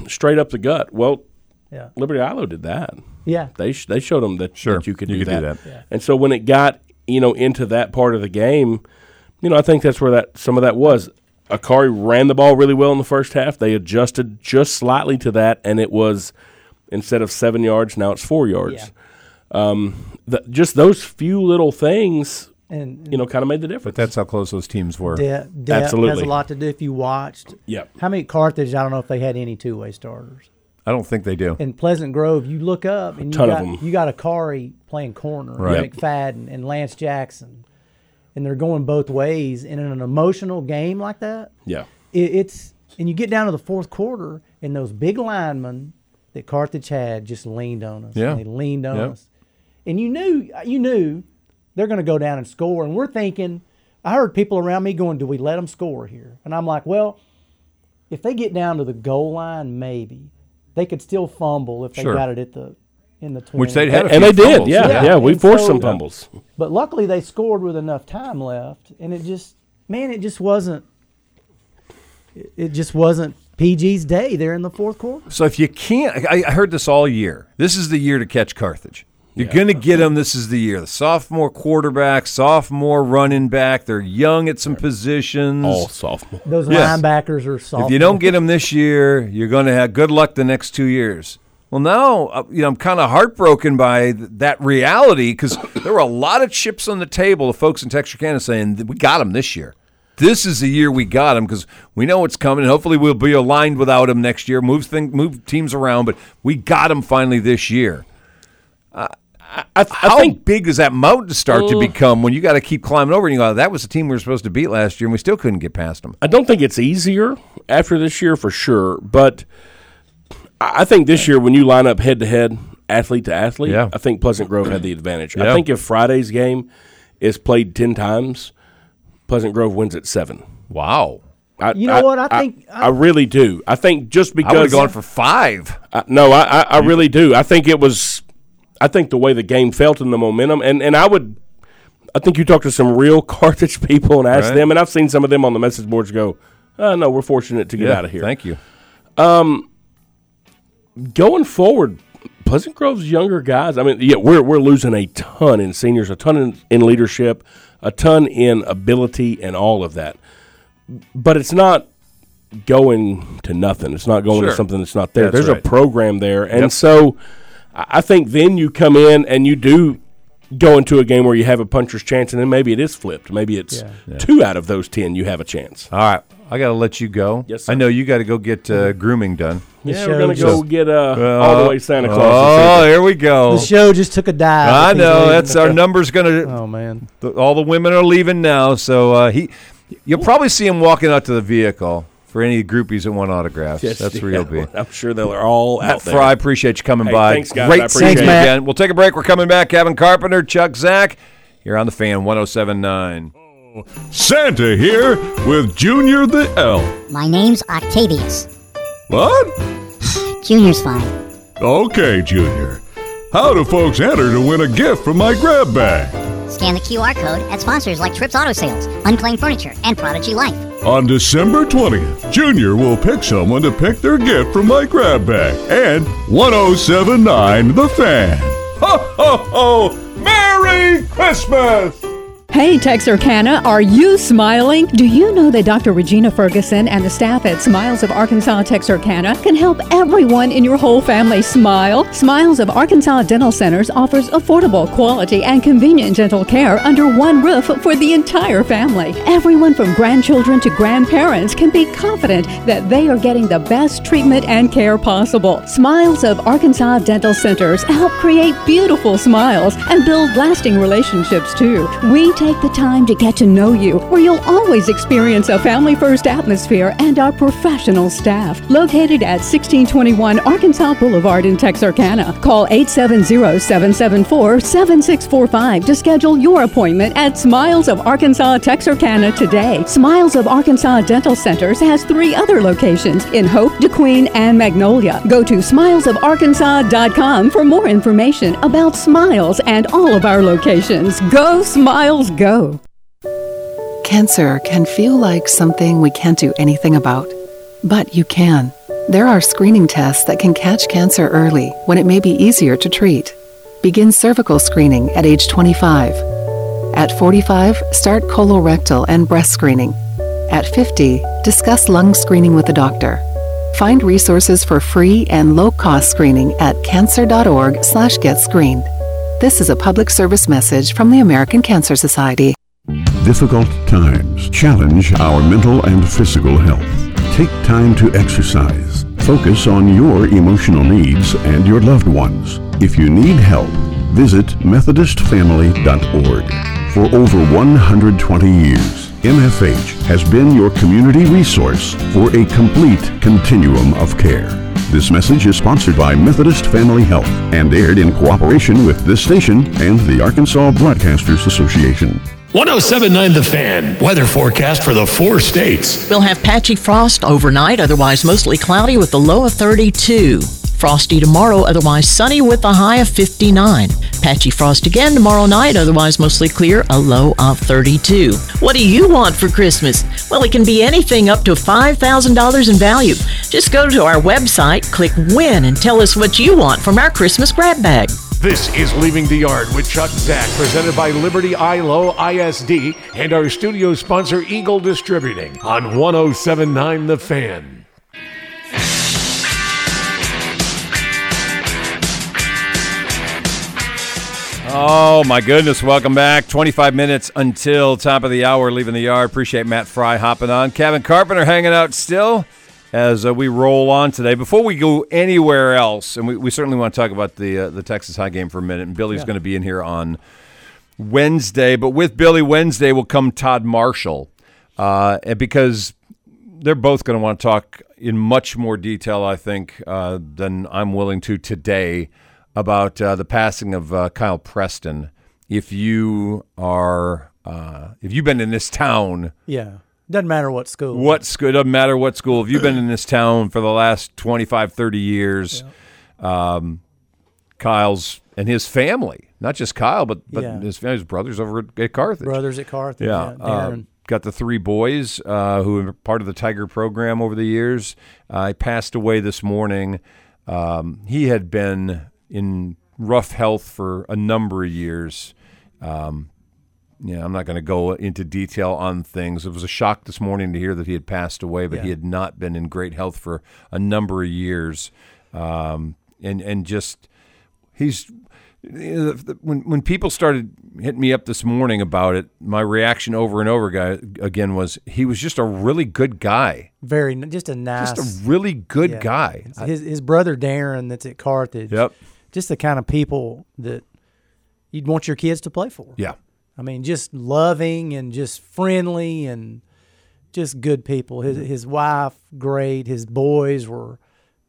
straight up the gut. Well, Yeah. Liberty Ilo did that. Yeah. they sh- they showed them that, Sure. that you could You do could do that. that. Yeah. And so when it got you know into that part of the game, you know I think that's where that some of that was. Akari ran the ball really well in the first half. They adjusted just slightly to that, and it was instead of seven yards, now it's four yards. Um, th- just those few little things, And- you know, kind of made the difference. But that's how close those teams were. de- depth. Has a lot to do if you watched. Yep. How many Carthage? I don't know if they had any two way starters. I don't think they do. in Pleasant Grove, you look up and you ton of got them. you got Akari playing corner, Right. and McFadden and Lance Jackson, and they're going both ways. And in an emotional game like that, Yeah. it, it's and you get down to the fourth quarter, and those big linemen that Carthage had just leaned on us. Yeah. and they leaned on Yeah. us, and you knew you knew they're going to go down and score. And we're thinking, I heard people around me going, "Do we let them score here?" And I'm like, "Well." if they get down to the goal line, maybe they could still fumble if they Sure. got it at the in the twenty. Which they'd had a And few they did, fumbles, yeah, yeah. yeah, we and forced some fumbles. But luckily, they scored with enough time left, and it just man, it just wasn't. It it just wasn't PG's day there in the fourth quarter. So if you can't, I, I heard this all year. This is the year to catch Carthage. You're going to get them. This is the year. The sophomore quarterback, sophomore running back. They're young at some positions. All sophomore. Those Yes. linebackers are soft. If you don't get them this year, you're going to have good luck the next two years. Well, now uh, you know I'm kind of heartbroken by th- that reality because there were a lot of chips on the table. The folks in Texarkana saying "Th- we got them this year. This is the year we got them because we know what's coming. And hopefully, we'll be aligned without them next year. Move thing, move teams around, but we got them finally this year. Uh, I, I, How big does that mountain start to Mm. become when you got to keep climbing over? And you go, that was the team we were supposed to beat last year, and we still couldn't get past them. I don't think it's easier after this year for sure, but I I think this year when you line up head to head, athlete to athlete, Yeah. I think Pleasant Grove had the advantage. Yeah. I think if Friday's game is played ten times, Pleasant Grove wins at seven. Wow. I, You know what? I think- I, really do. I think just because would've gone for five. I, no, I, I, I really do. I think it was. I think the way the game felt and the momentum, and, and I would. I think you talk to some real Carthage people and ask Right. them, and I've seen some of them on the message boards go, uh, "No, we're fortunate to get Yeah, out of here." Thank you. Um, going forward, Pleasant Grove's younger guys. I mean, yeah, we're we're losing a ton in seniors, a ton in, in leadership, a ton in ability, and all of that. But it's not going to nothing. It's not going Sure. to something that's not there. That's There's right. a program there, and Yep. so I I think then you come in and you do go into a game where you have a puncher's chance, and then maybe it is flipped. Maybe it's two out of those ten you have a chance. All right, I got to let you go. Yes, I know you got to go get uh, grooming done. Yeah, we're gonna go get uh, Uh, all the way Santa Claus. this Oh, evening. here we go. The show just took a dive. I with these know ladies. that's our number's gonna. Oh man, th- all the women are leaving now, so uh, he, you'll probably see him walking out to the vehicle for any groupies that want autographs. Yes, that's yeah. where he'll be. I'm sure they're all out Matt there. Fry, appreciate you coming Hey, by. thanks, guys. I Great appreciate seeing you it. Thanks, again. We'll take a break. We're coming back. Kevin Carpenter, Chuck Zach, you're on the fan 1079. Santa here with Junior the Elf. My name's Octavius. What? Junior's fine. Okay, Junior. How do folks enter to win a gift from my grab bag? Scan the QR code at sponsors like Trips Auto Sales, Unclaimed Furniture, and Prodigy Life. On December 20th, Junior will pick someone to pick their gift from my grab bag and 1079 The Fan. Ho, ho, ho! Merry Christmas! Hey, Texarkana, are you smiling? Do you know that Dr. Regina Ferguson and the staff at Smiles of Arkansas Texarkana can help everyone in your whole family smile? Smiles of Arkansas Dental Centers offers affordable, quality, and convenient dental care under one roof for the entire family. Everyone from grandchildren to grandparents can be confident that they are getting the best treatment and care possible. Smiles of Arkansas Dental Centers help create beautiful smiles and build lasting relationships too. We take the time to get to know you, where you'll always experience a family first atmosphere and our professional staff. Located at 1621 Arkansas Boulevard in Texarkana. Call 870 774 7645 to schedule your appointment at Smiles of Arkansas Texarkana today. Smiles of Arkansas Dental Centers has three other locations in Hope, DeQueen, and Magnolia. Go to smilesofarkansas.com for more information about Smiles and all of our locations. Go Smiles Go! Cancer can feel like something we can't do anything about, but you can. There are screening tests that can catch cancer early when it may be easier to treat. Begin cervical screening at age 25. At 45, start colorectal and breast screening. At 50, discuss lung screening with a doctor. Find resources for free and low-cost screening at cancer.org/getscreened. This is a public service message from the American Cancer Society. Difficult times challenge our mental and physical health. Take time to exercise. Focus on your emotional needs and your loved ones. If you need help, visit MethodistFamily.org. For over 120 years, MFH has been your community resource for a complete continuum of care. This message is sponsored by Methodist Family Health and aired in cooperation with this station and the Arkansas Broadcasters Association. 1079 The Fan, weather forecast for the four states. We'll have patchy frost overnight, otherwise mostly cloudy with a low of 32. Frosty tomorrow, otherwise sunny with a high of 59. Patchy frost again tomorrow night, otherwise mostly clear, a low of 32. What do you want for Christmas? Well, it can be anything up to $5,000 in value. Just go to our website, click Win, and tell us what you want from our Christmas grab bag. This is Leaving the Yard with Chuck Zack, presented by Liberty ILO ISD and our studio sponsor, Eagle Distributing, on 1079 The Fan. Oh my goodness! Welcome back. Twenty-five minutes until top of the hour. Leaving the yard. Appreciate Matt Fry hopping on. Kevin Carpenter hanging out still as uh, we roll on today. Before we go anywhere else, and we, we certainly want to talk about the uh, the Texas High game for a minute. And Billy's Yeah. going to be in here on Wednesday, but with Billy Wednesday will come Todd Marshall, uh, and because they're both going to want to talk in much more detail, I think, uh, than I'm willing to today about uh, the passing of uh, Kyle Preston. If you are, uh, if you've been in this town, Yeah. Doesn't matter what school. what school? It doesn't matter what school. If you've been in this town for the last 25, 30 years, um, Kyle's and his family, not just Kyle, but, but Yeah. his family's brothers over at, at Carthage. Brothers at Carthage, Yeah. yeah, uh, Darren. got the three boys uh, who were part of the Tiger program over the years. Uh, he passed away this morning. Um, he had been in rough health for a number of years. Um, yeah, I'm not going to go into detail on things. It was a shock this morning to hear that he had passed away, but he Yeah. had not been in great health for a number of years, um, and and just he's you know, the- when when people started hitting me up this morning about it, my reaction over and over guy, again was he was just a really good guy. Very n- just a nice, Just a really good yeah. guy. I- His his brother Darren, that's at Carthage. Yep. Just the kind of people that you'd want your kids to play for. Yeah. I mean, just loving and just friendly and just good people. His his wife, great. His boys were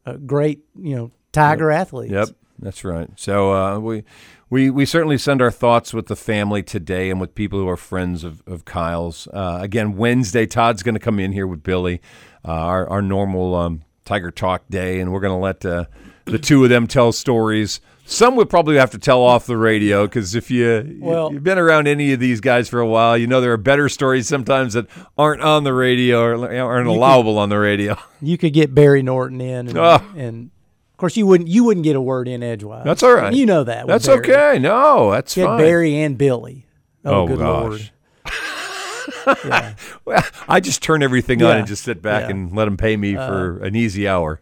uh, great. You know, Tiger athletes. Yep, that's right. So uh, we we we certainly send our thoughts with the family today and with people who are friends of, of Kyle's. Uh, again, Wednesday, Todd's going to come in here with Billy, uh, our our normal um, Tiger Talk day, and we're going to let uh, the two of them tell stories. Some we'll probably have to tell off the radio because if you Well- if you've been around any of these guys for a while, you know there are better stories sometimes that aren't on the radio or aren't You could- allowable on the radio. You could get Barry Norton in, and, Oh. and of course you wouldn't. You wouldn't get a word in edgewise. That's all right. You know that. with That's Barry. okay. No, that's Get fine. Barry and Billy. Oh, good lord. Well, I just turn everything on Yeah. and just sit back Yeah. and let them pay me Uh, for an easy hour.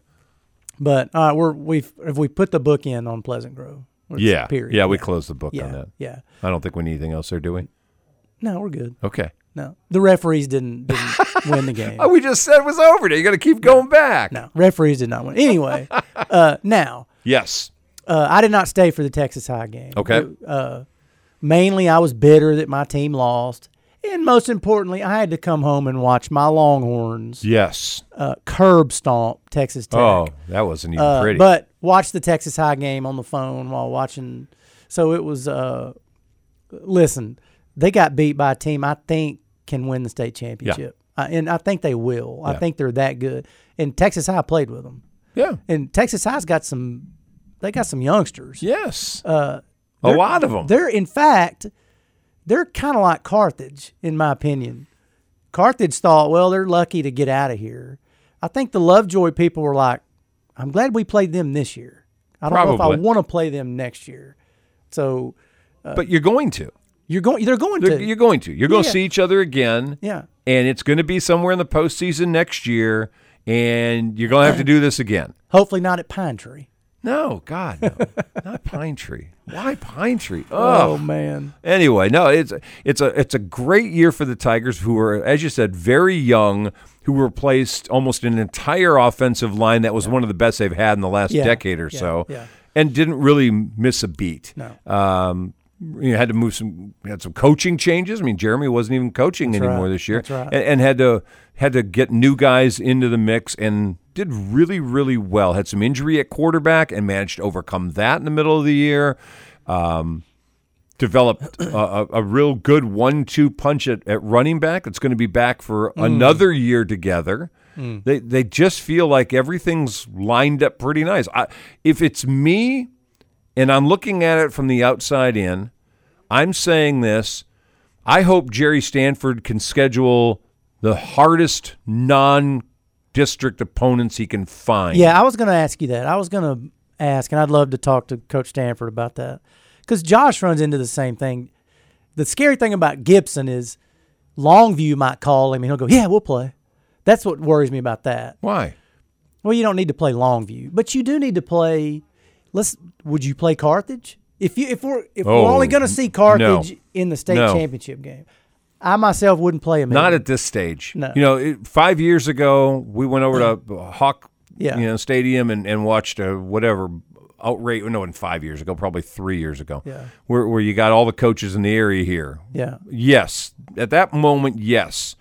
But uh, we're we've if we put the book in on Pleasant Grove. or it's Yeah. Period. Yeah, we close the book Yeah, on that. Yeah. I don't think we need anything else there, do we? No, we're good. Okay. No, the referees didn't didn't win the game. Oh, we just said it was over there. You got to keep going back. No, referees did not win. Anyway, uh, now Yes. uh, I did not stay for the Texas High game. Okay. Uh, mainly, I was bitter that my team lost, and most importantly, I had to come home and watch my Longhorns Yes. uh, curb stomp Texas Tech. Oh, that wasn't even Uh, pretty. But watch the Texas High game on the phone while watching. So it was. Uh, listen, they got beat by a team I think can win the state championship, Uh, and I think they will. I Yeah. think they're that good. And Texas High played with them. Yeah. And Texas High's got some. They got some youngsters. Yes. Uh, A they're- lot of 'em. They're in fact, they're kind of like Carthage, in my opinion. Carthage thought, well, they're lucky to get out of here. I think the Lovejoy people were like, I'm glad we played them this year. I don't know if I Probably. want to play them next year. So, uh, but you're going to. You're going. They're going They're- to. You're going to. You're going to Yeah. see each other again. Yeah. And it's going to be somewhere in the postseason next year, and you're going to have to do this again. Hopefully not at Pine Tree. No, God, no. not Pine Tree. Why Pine Tree? Oh, Ugh. man. Anyway, no, it's it's a it's a great year for the Tigers, who are, as you said, very young, who replaced almost an entire offensive line that was one of the best they've had in the last Yeah, decade or yeah, so, yeah. and didn't really miss a beat. No. Um, you know, had to move some had some coaching changes. I mean, Jeremy wasn't even coaching That's anymore right, this year, that's right. and, and had to had to get new guys into the mix and did really really well. Had some injury at quarterback and managed to overcome that in the middle of the year. Um, developed a, a, a real good one-two punch at, at running back. That's going to be back for Mm. another year together. Mm. They they just feel like everything's lined up pretty nice. I, if it's me, and I'm looking at it from the outside in, I'm saying this. I hope Jerry Stanford can schedule the hardest non-district opponents he can find. Yeah, I was going to ask you that. I was going to ask, and I'd love to talk to Coach Stanford about that because Josh runs into the same thing. The scary thing about Gibson is Longview might call him and he'll go, "Yeah, we'll play." That's what worries me about that. Why? Well, you don't need to play Longview, but you do need to play. Let's. Would you play Carthage? If you if we're if Oh, we're only going to see no. Carthage in the state No. championship game, I myself wouldn't play him. Not either. at this stage. No. You know, it, five years ago, we went over to Hawk Yeah. you know, Stadium and, and watched a whatever outrage. No, in five years ago, probably three years ago, Yeah. where, where you got all the coaches in the area here. Yeah. Yes. At that moment, yes.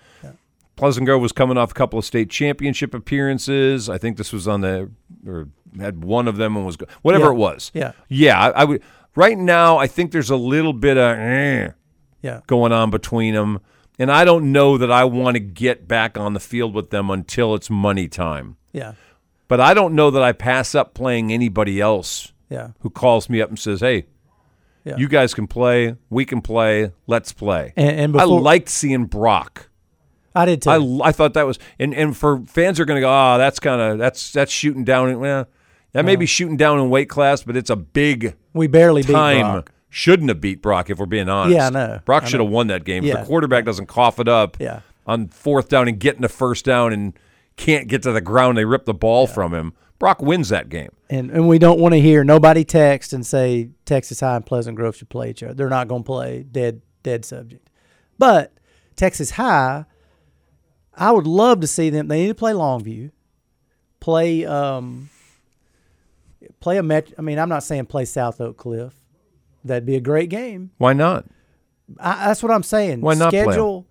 Pleasant Grove was coming off a couple of state championship appearances. I think this was on the, or had one of them and was, go- whatever Yeah. it was. Yeah. Yeah. I, I would, right now, I think there's a little bit of, eh, Yeah. going on between them. And I don't know that I want to get back on the field with them until it's money time. Yeah. But I don't know that I pass up playing anybody else Yeah. who calls me up and says, hey, Yeah. you guys can play, we can play, let's play. And- and I before- liked seeing Brock. I did too. I, I thought that was, and, and for fans are going to go, ah, that's kind of, that's that's shooting down. in- Well, that may be shooting down in weight class, but it's a big We barely beat time. Brock. Shouldn't have beat Brock if we're being honest. Yeah, I know. Brock I should know. have won that game. If Yeah. the quarterback doesn't cough it up Yeah. on fourth down and getting a first down and can't get to the ground, they rip the ball from him. Brock wins that game. And and we don't want to hear nobody text and say Texas High and Pleasant Grove should play each other. They're not going to play dead dead subject. But Texas High, I would love to see them. They need to play Longview, play um, play a met. I mean, I'm not saying play South Oak Cliff. That'd be a great game. Why not? I, that's what I'm saying. Why not play 'em? schedule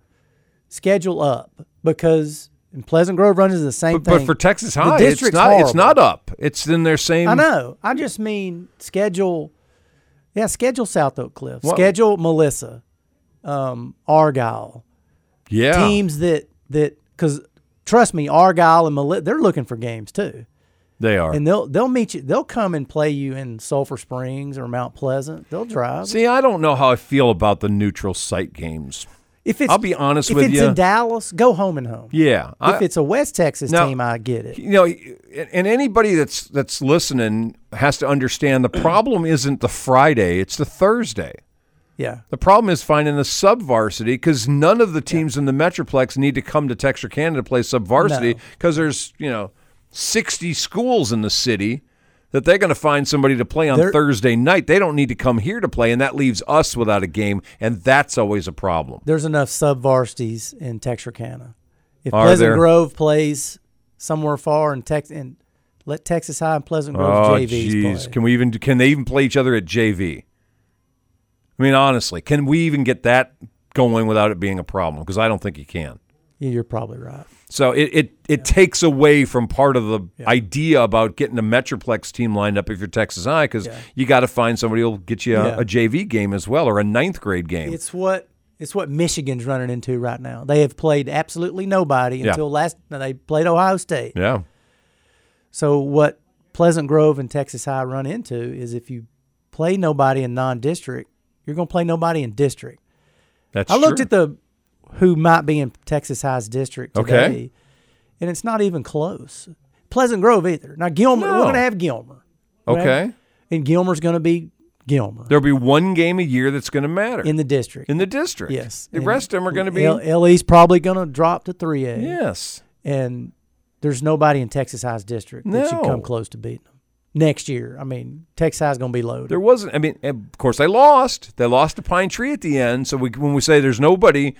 schedule up because and Pleasant Grove runs into the same But, thing. but for Texas The High, it's district's not. It's horrible. not up. It's in their same. I know. I just mean schedule. Yeah, schedule South Oak Cliff. What- Schedule Melissa, um, Argyle. Yeah. Teams that that because trust me, Argyle and Melissa, they're looking for games too, They are. and they'll they'll meet you. They'll come and play you in Sulphur Springs or Mount Pleasant. They'll drive. See, I don't know how I feel about the neutral site games. if it's I'll be honest if with it's you. in Dallas, go home and home. Yeah, If I- it's a West Texas Now- team, I get it. you know, and and anybody that's that's listening has to understand the problem isn't the Friday; it's the Thursday. Yeah. The problem is finding the subvarsity because none of the teams in the Metroplex need to come to Texarkana to play subvarsity No. because there's you know sixty schools in the city that they're going to find somebody to play on They're- Thursday night. They don't need to come here to play, and that leaves us without a game, and that's always a problem. there's enough sub varsities in Texarkana. If Are Pleasant there? Grove plays somewhere far in Tex and let Texas High and Pleasant Grove oh, JVs jeez, play. can we even can they even play each other at JV? I mean, honestly, can we even get that going without it being a problem? Because I don't think you can. Yeah, You're probably right. So it it, it takes away from part of the idea about getting a Metroplex team lined up if you're Texas High, because you got to find somebody who'll get you a, Yeah. a JV game as well or a ninth grade game. It's what it's what Michigan's running into right now. They have played absolutely nobody Yeah. until last. no, They played Ohio State. yeah, So what Pleasant Grove and Texas High run into is if you play nobody in non-district, you're going to play nobody in district. that's I looked true. at the who might be in Texas High's district Okay. today, and it's not even close. Pleasant Grove either. Now Gilmer, No. we're gonna have Gilmer. We're gonna have- Okay. and Gilmer's gonna be Gilmer There'll be one game a year that's going to matter in the district. in the district. yes, the And rest of them are going to be L- LE's probably gonna drop to three A. yes. and there's nobody in Texas High's district that should No. come close to beating them next year. I mean, Texas High's gonna be loaded. There wasn't. I mean, of course, they lost. They lost to Pine Tree at the end. So we, when we say there's nobody,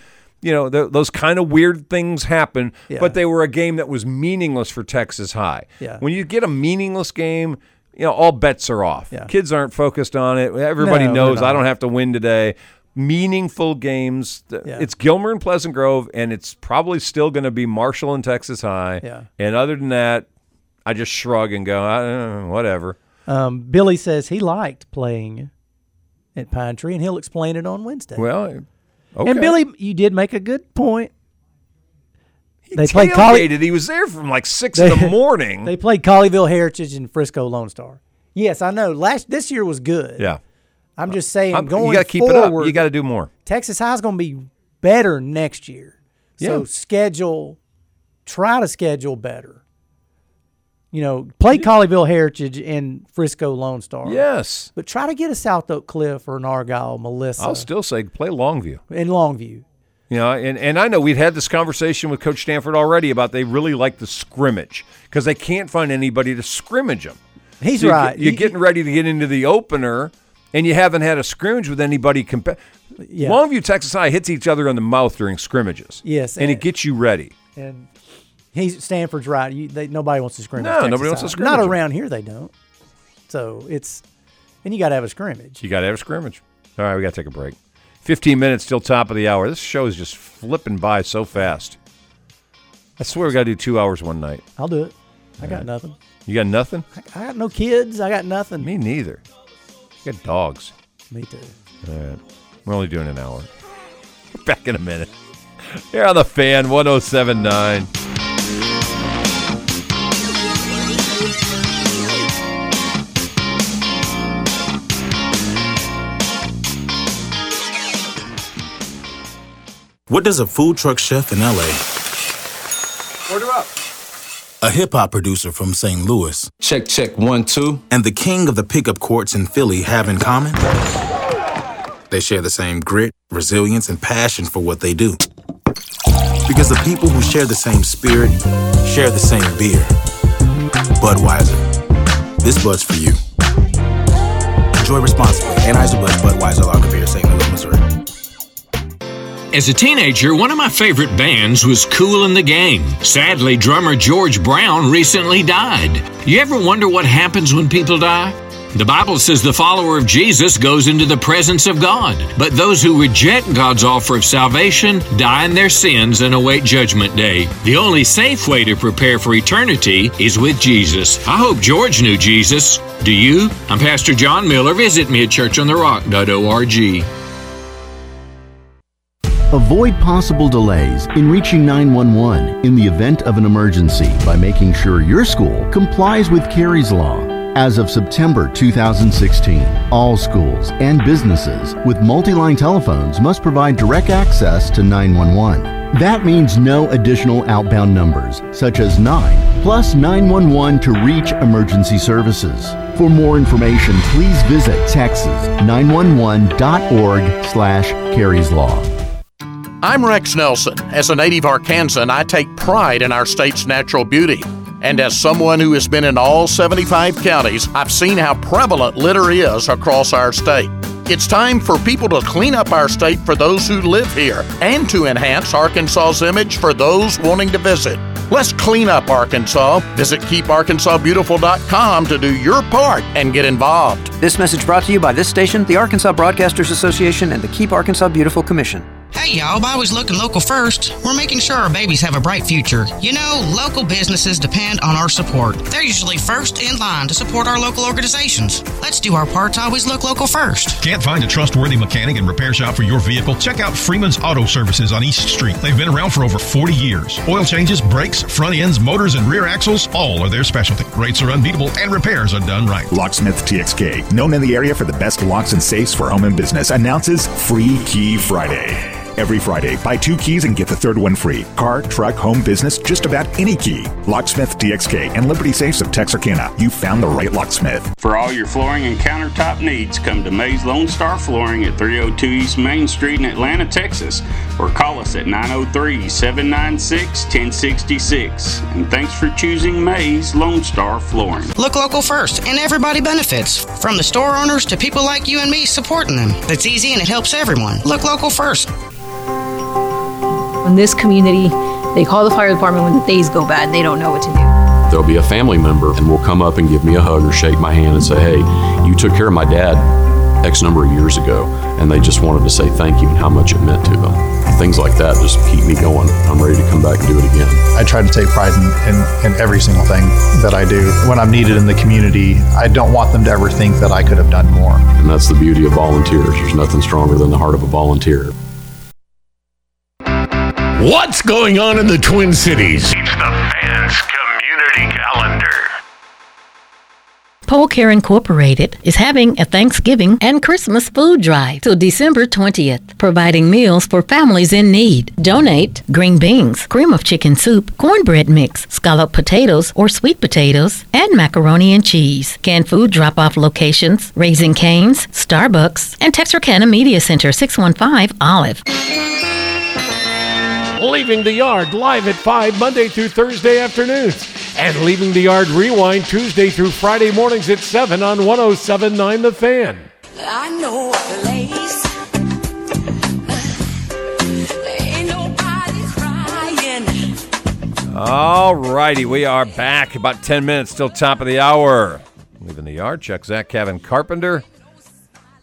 you know, th- those kind of weird things happen. Yeah. But they were a game that was meaningless for Texas High. Yeah. When you get a meaningless game, you know, all bets are off. Yeah. Kids aren't focused on it. Everybody No, they're knows I not. don't have to win today. Meaningful games. th- Yeah. It's Gilmer and Pleasant Grove, and it's probably still going to be Marshall and Texas High. Yeah. And other than that, I just shrug and go, "Ah, eh, whatever. Um, Billy says he liked playing at Pine Tree, and he'll explain it on Wednesday. Well, okay. And Billy, you did make a good point. They He played Collie, tailgated. He was there from like six They- in the morning. they played Colleyville Heritage and Frisco Lone Star. Yes, I know. Last this year was good. yeah, I'm just saying I'm- going you got to keep it forward. up. You got to do more. Texas High's going to be better next year. So Yeah. schedule, try to schedule better. You know, play Colleyville Heritage and Frisco Lone Star. Yes. But try to get a South Oak Cliff or an Argyle Melissa I'll still say play Longview. in Longview. You know, and, and I know we'd had this conversation with Coach Stanford already about they really like the scrimmage because they can't find anybody to scrimmage them. He's So you- right. You're He- getting ready to get into the opener, and you haven't had a scrimmage with anybody. Compa- Yeah. Longview Texas High hits each other in the mouth during scrimmages. Yes, and, and- it gets you ready. And he's Stanford's right. You, they, nobody wants to scrimmage. No, Texas nobody wants to side. scrimmage Not 'em. around here, they don't. So it's, and you got to have a scrimmage. You got to have a scrimmage. All right, we got to take a break. 15 minutes till top of the hour. This show is just flipping by so fast. I swear we got to do two hours one night. I'll do it. I got Alright. nothing. You got nothing? I got no kids. I got nothing. Me neither. You got dogs. Me too. All right. We're only doing an hour. Back in a minute. Here on the fan 1079. What does a food truck chef in LA, Order up. a hip hop producer from St. Louis, check check one two, and the king of the pickup courts in Philly have in common? They share the same grit, resilience, and passion for what they do. Because the people who share the same spirit share the same beer. Budweiser. This bud's for you. Enjoy responsibly. Anheuser-Busch Budweiser Lager Beer, St. Louis, Missouri. As a teenager, one of my favorite bands was Cool in the Gang. Sadly, drummer George Brown recently died. You ever wonder what happens when people die? The Bible says the follower of Jesus goes into the presence of God, but those who reject God's offer of salvation die in their sins and await Judgment Day. The only safe way to prepare for eternity is with Jesus. I hope George knew Jesus. Do you? I'm Pastor John Miller. Visit me at churchontherock.org. Avoid possible delays in reaching 911 in the event of an emergency by making sure your school complies with Carey's Law. As of September 2016, all schools and businesses with multi line telephones must provide direct access to 911. That means no additional outbound numbers, such as 9 plus 911 to reach emergency services. For more information, please visit texas911.org slash Carey's Law. I'm Rex Nelson. As a native Arkansan, I take pride in our state's natural beauty. And as someone who has been in all 75 counties, I've seen how prevalent litter is across our state. It's time for people to clean up our state for those who live here and to enhance Arkansas's image for those wanting to visit. Let's clean up Arkansas. Visit keeparkansasbeautiful.com to do your part and get involved. This message brought to you by this station, the Arkansas Broadcasters Association, and the Keep Arkansas Beautiful Commission. Hey y'all, I always looking local first. We're making sure our babies have a bright future. You know, local businesses depend on our support. They're usually first in line to support our local organizations. Let's do our part to always look local first. Can't find a trustworthy mechanic and repair shop for your vehicle? Check out Freeman's Auto Services on East Street. They've been around for over 40 years. Oil changes, brakes, front ends, motors, and rear axles all are their specialty. Rates are unbeatable and repairs are done right. Locksmith TXK, known in the area for the best locks and safes for home and business, announces Free Key Friday. Every Friday, buy two keys and get the third one free. Car, truck, home, business, just about any key. Locksmith TXK and Liberty Safes of Texarkana. You found the right locksmith. For all your flooring and countertop needs, come to Mays Lone Star Flooring at 302 East Main Street in Atlanta, Texas, or call us at 903 796 1066. And thanks for choosing Mays Lone Star Flooring. Look local first, and everybody benefits. From the store owners to people like you and me supporting them. That's easy and it helps everyone. Look local first. In this community, they call the fire department when the days go bad. They don't know what to do. There'll be a family member and will come up and give me a hug or shake my hand and say, Hey, you took care of my dad X number of years ago. And they just wanted to say thank you and how much it meant to them. Things like that just keep me going. I'm ready to come back and do it again. I try to take pride in, in, in every single thing that I do. When I'm needed in the community, I don't want them to ever think that I could have done more. And that's the beauty of volunteers. There's nothing stronger than the heart of a volunteer. What's going on in the Twin Cities? It's the fans community calendar. Pole Care Incorporated is having a Thanksgiving and Christmas food drive till December 20th, providing meals for families in need. Donate green beans, cream of chicken soup, cornbread mix, scalloped potatoes or sweet potatoes, and macaroni and cheese. Canned food drop off locations Raising Canes, Starbucks, and Texarkana Media Center 615 Olive. Leaving the Yard live at 5 Monday through Thursday afternoons. And Leaving the Yard Rewind Tuesday through Friday mornings at 7 on 1079 The Fan. I know a place. Ain't nobody crying. All righty, we are back. About 10 minutes, still top of the hour. Leaving the yard. Check Zach, Kevin Carpenter.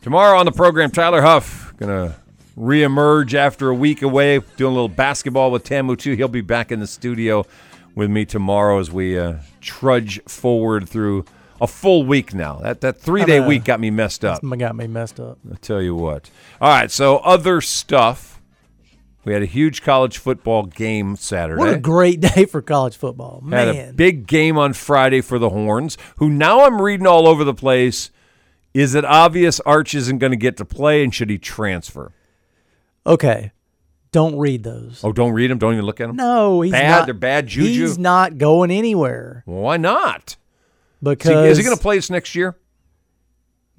Tomorrow on the program, Tyler Huff going to reemerge after a week away, doing a little basketball with Tamu too. He'll be back in the studio with me tomorrow as we uh, trudge forward through a full week now. That that three day I know. week got me messed up. Something got me messed up. I'll tell you what. All right, so other stuff. We had a huge college football game Saturday. What a great day for college football, Had man. a big game on Friday for the Horns, who now I'm reading all over the place. Is it obvious Arch isn't going to get to play and should he transfer? Okay, don't read those. Oh, don't read them. Don't even look at them. No, he's bad. not- They're bad juju. He's not going anywhere Why not? Is he- because is he going to play this next year?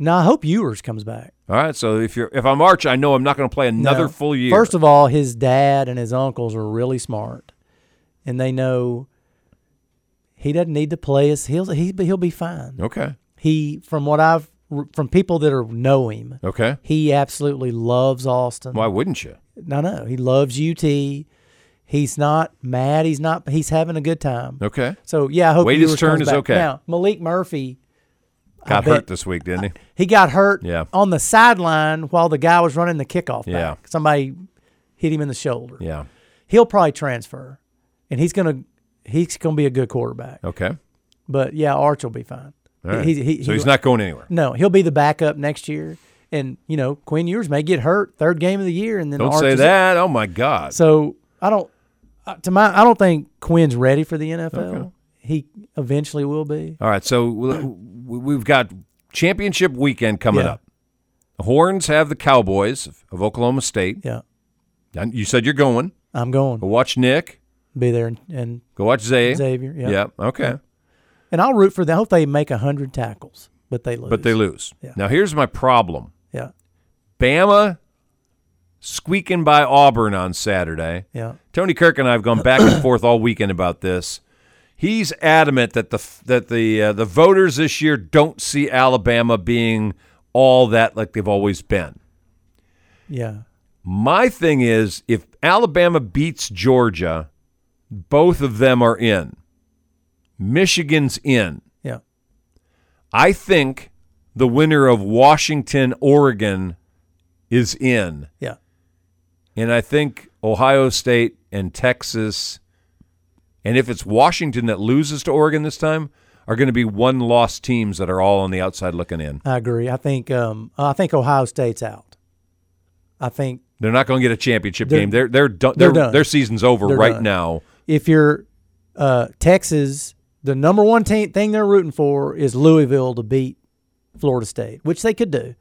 No, I hope Ewers comes back. All right. So if you're if I'm Arch, I know I'm not going to play another No. full year. First of all, his dad and his uncles are really smart, and they know he doesn't need to play us. He'll he, he'll be fine. Okay. He, from what I've from people that are know him, Okay. he absolutely loves Austin. Why wouldn't you? No, no, he loves UT. He's not mad. He's not. He's having a good time. Okay. So yeah, I hope Wait his Ewers turn comes is back. okay. Now Malik Murphy I got bet- hurt this week, didn't he? he got hurt Yeah. on the sideline while the guy was running the kickoff Yeah. back. Somebody hit him in the shoulder. Yeah. He'll probably transfer, and he's gonna he's gonna be a good quarterback. Okay. But yeah, Arch will be fine. All right. So he's not going anywhere. No, he'll be the backup next year, and you know Quinn Ewers may get hurt third game of the year, and then Don't Arch say is- that. Oh my God. So I don't uh, to my I don't think Quinn's ready for the NFL. Okay. He eventually will be. All right, so w- w- we've got championship weekend coming Yeah. up. The Horns have the Cowboys of- of Oklahoma State. Yeah. And you said you're going. I'm going. Go watch Nick. Be there and, and Go watch Zay. Xavier, yeah. Yep. Okay. Yeah. And I'll root for them. I hope they make 100 tackles, but they lose. But they lose. Yeah. Now here's my problem. Yeah. Bama squeaking by Auburn on Saturday. Yeah. Tony Kirk and I have gone back and forth all weekend about this. He's adamant that the that the uh, the voters this year don't see Alabama being all that like they've always been. Yeah. My thing is if Alabama beats Georgia, both of them are in. Michigan's in. Yeah. I think the winner of Washington, Oregon is in. Yeah. And I think Ohio State and Texas, and if it's Washington that loses to Oregon this time, are going to be one loss teams that are all on the outside looking in. I agree. I think um, I think Ohio State's out. I think They're not going to get a championship They're- game. They're they're, do- they're their- done. Their season's over They're right done. now. if you're uh, Texas, the number one te- thing they're rooting for is Louisville to beat Florida State, which they could do.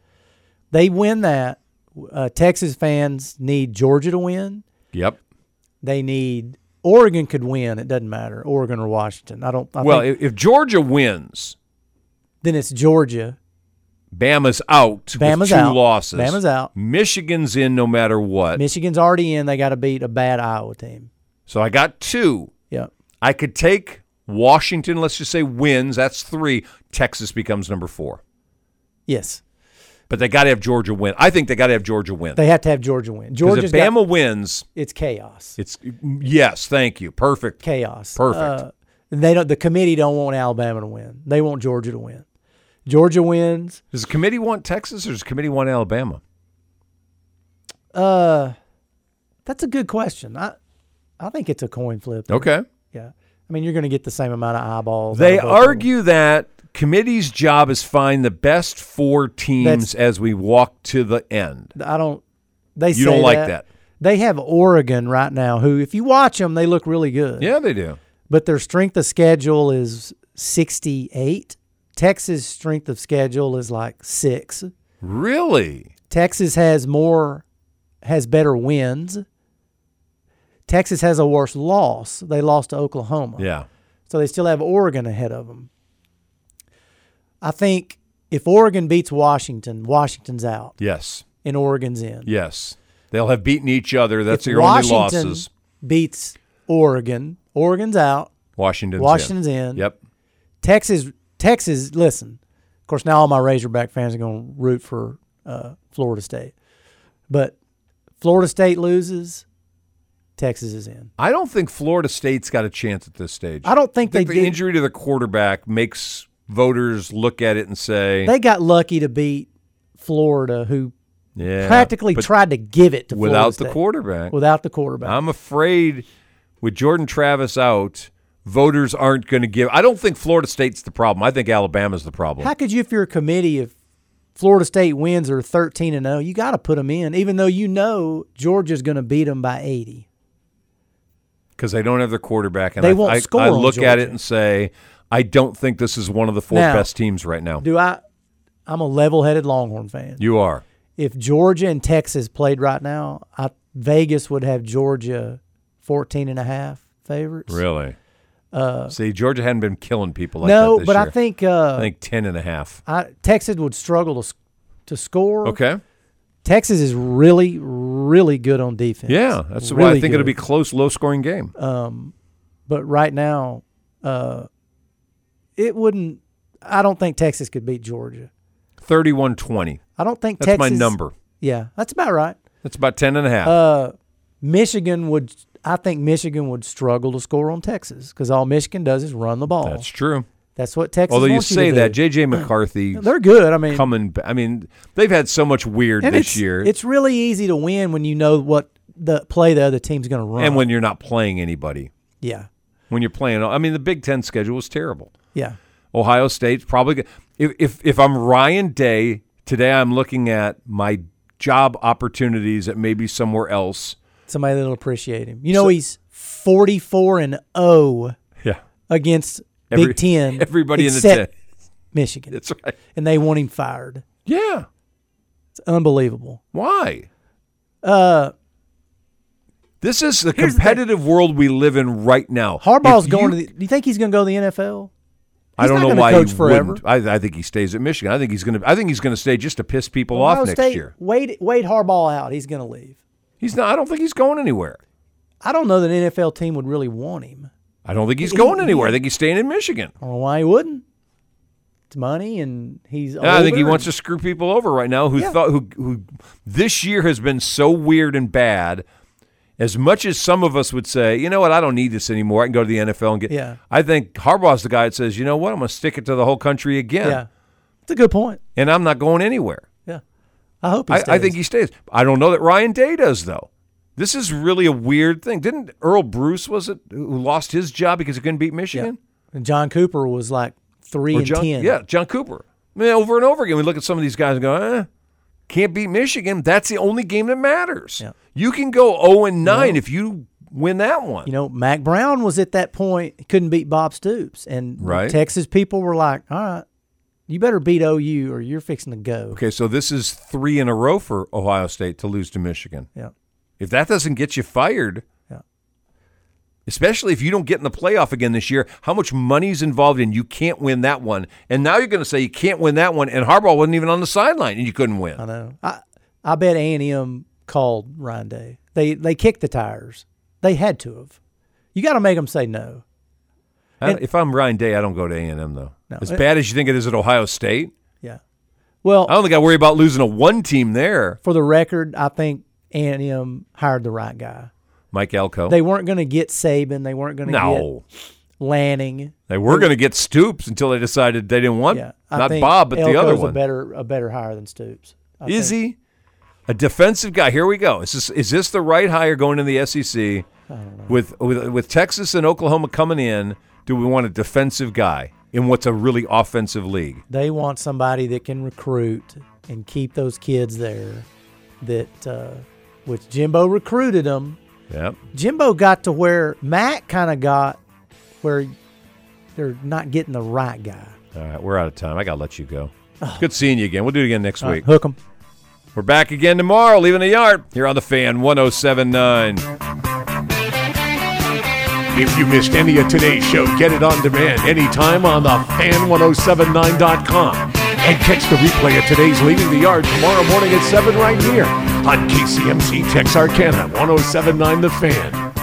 They win that. Uh, Texas fans need Georgia to win. Yep. They need Oregon could win. It doesn't matter Oregon or Washington. I don't. I well, think, if, if Georgia wins, then it's Georgia. Bama's out. with Bama's two out. losses. Bama's out. Michigan's in no matter what. Michigan's already in. They got to beat a bad Iowa team. So I got two. Yep. I could take Washington, let's just say wins, that's three. Texas becomes number four. Yes, But they got to have Georgia win. I think they got to have Georgia win. they have to have Georgia win. 'Cause Georgia's if got- Bama wins, it's chaos. it's yes, thank you. Perfect. Chaos. Perfect. Uh, they don't. The committee don't want Alabama to win. They want Georgia to win. Georgia wins. does the committee want Texas or does the committee want Alabama? Uh, that's a good question. I, I think it's a coin flip. Okay. Yeah. I mean, you're going to get the same amount of eyeballs. They out of both of them. argue that committee's job is find the best four teams That's- as we walk to the end. I don't. They You don't say like that. They have Oregon right now, who, if you watch them, they look really good. Yeah, they do. But their strength of schedule is 68 Texas strength of schedule is like six. Really? Texas has more, has better wins. Texas has a worse loss. They lost to Oklahoma. Yeah. So they still have Oregon ahead of them. I think if Oregon beats Washington, Washington's out Yes. and Oregon's in. Yes. They'll have beaten each other. That's if your Washington only losses. beats Oregon, Oregon's out. Washington's, Washington's in. in. Yep. Texas, Texas. Listen, of course, now all my Razorback fans are going to root for uh, Florida State, but Florida State loses, Texas is in. I don't think Florida State's got a chance at this stage. I don't think they the did- injury to the quarterback makes voters look at it and say They got lucky to beat Florida, who Yeah, practically but tried to give it to Florida without the State. quarterback. Without the quarterback, I'm afraid with Jordan Travis out, voters aren't going to give. I don't think Florida State's the problem. I think Alabama's the problem. how could you, if you're a committee, if Florida State wins or 13 and 0, you got to put them in, even though you know Georgia's going to beat them by 80. because they don't have their quarterback. And They I, won't I, score I on look at it Georgia. and say, I don't think this is one of the four Now- best teams right now. Do I? I'm a level-headed Longhorn fan. You are. if Georgia and Texas played right now, I, Vegas would have Georgia 14 and a half favorites. Really? Uh, See, Georgia hadn't been killing people like No, that this but I year. think, uh, I think 10 and a half. I, Texas would struggle to, s- to score. Okay. Texas is really, really good on defense. Yeah, that's why I Really think it'll good. be close, low-scoring game. Um, but right now, uh, it wouldn't. I don't think Texas could beat Georgia. 31-20. I don't think That's my Texas- number. Yeah, that's about right. That's about 10 and a half. Uh, Michigan would. I think Michigan would struggle to score on Texas because all Michigan does is run the ball. That's true. That's what Oh. Texas. Although you wants say to that, do. J.J. McCarthy. They're good. I mean- coming. ba- I mean, they've had so much weird And this it's, year, it's really easy to win when you know what the play the other team's going to run. and when you're not playing anybody. yeah, When you're playing, I mean, the Big Ten schedule was terrible. yeah, Ohio State's probably go- if if, if I'm Ryan Day today, I'm looking at my job opportunities that maybe somewhere else. somebody that'll appreciate him. You know So- he's forty four and zero. Yeah. against Every- Big Ten. everybody in the except 10. Michigan. That's right. And they want him fired. Yeah, It's unbelievable. why? Uh, This is the competitive world we live in right now. Harbaugh's If going you- to. The, do you think he's going to go to the NFL? I he's don't not know gonna why coach he forever. wouldn't. I, I think he stays at Michigan. I think he's going to. I think he's going to stay just to piss people Ohio off next State, year. Wade Wade Harbaugh out. He's going to leave. He's not. I don't think he's going anywhere. I don't know that an NFL team would really want him. I don't think he's He- going anywhere. I think he's staying in Michigan. I don't know why he wouldn't. It's money, and he's. I think he older wants and- to screw people over right now who Yeah. thought who who this year has been so weird and bad. As much as some of us would say, you know what, I don't need this anymore. I can go to the NFL and get. Yeah. I think Harbaugh's the guy that says, you know what, I'm going to stick it to the whole country again, Yeah, it's a good point. and I'm not going anywhere. Yeah, I hope. He I, I stays. think he stays. I don't know that Ryan Day does though. This is really a weird thing. Didn't Earl Bruce was it who lost his job because he couldn't beat Michigan? And John Cooper was like three Or and John, ten. Yeah, John Cooper. I mean, over and over again, we look at some of these guys and go, eh, can't beat Michigan. That's the only game that matters. You can go 0 and 9 if you win that one. You know, Mac Brown was at that point he couldn't beat Bob Stoops, and Right. Texas people were like, "All right, you better beat OU or you're fixing to go." Okay, so this is three in a row for Ohio State to lose to Michigan. Yeah. If that doesn't get you fired, Yeah. especially if you don't get in the playoff again this year, how much money's involved in you can't win that one. And now you're going to say you can't win that one, and Harbaugh wasn't even on the sideline and you couldn't win. I know. I I bet A and M called Ryan Day. They they kicked the tires. They had to have. You got to make them say no. I- And- if I'm Ryan Day, I don't go to A and M though. No. as bad as you think it is at Ohio State, Yeah. Well, I don't think I worry about losing a one team there. for the record, I think A and M hired the right guy. Mike Elko. They weren't going to get Saban. They weren't going to No. get Lanning. They were going to get Stoops until they decided they didn't want Yeah, I not think Bob, but the Elko's other a one. better a better hire than Stoops. I is think. he a defensive guy? Here we go. Is this is this the right hire going in the SEC with with with Texas and Oklahoma coming in? Do we want a defensive guy in what's a really offensive league? They want somebody that can recruit and keep those kids there. That uh, which Jimbo recruited them. Yep. Jimbo got to where Matt kind of got where they're not getting the right guy. All right, we're out of time. I got to let you go. Oh. It's Good seeing you again. We'll do it again next All right, week. hook 'em. We're back again tomorrow, leaving the yard here on the fan 1079. If you missed any of today's show, get it on demand anytime on the fan1079.com. And catch the replay of today's Leaving the Yard tomorrow morning at 7 right here on KCMC Texarkana 1079 The Fan.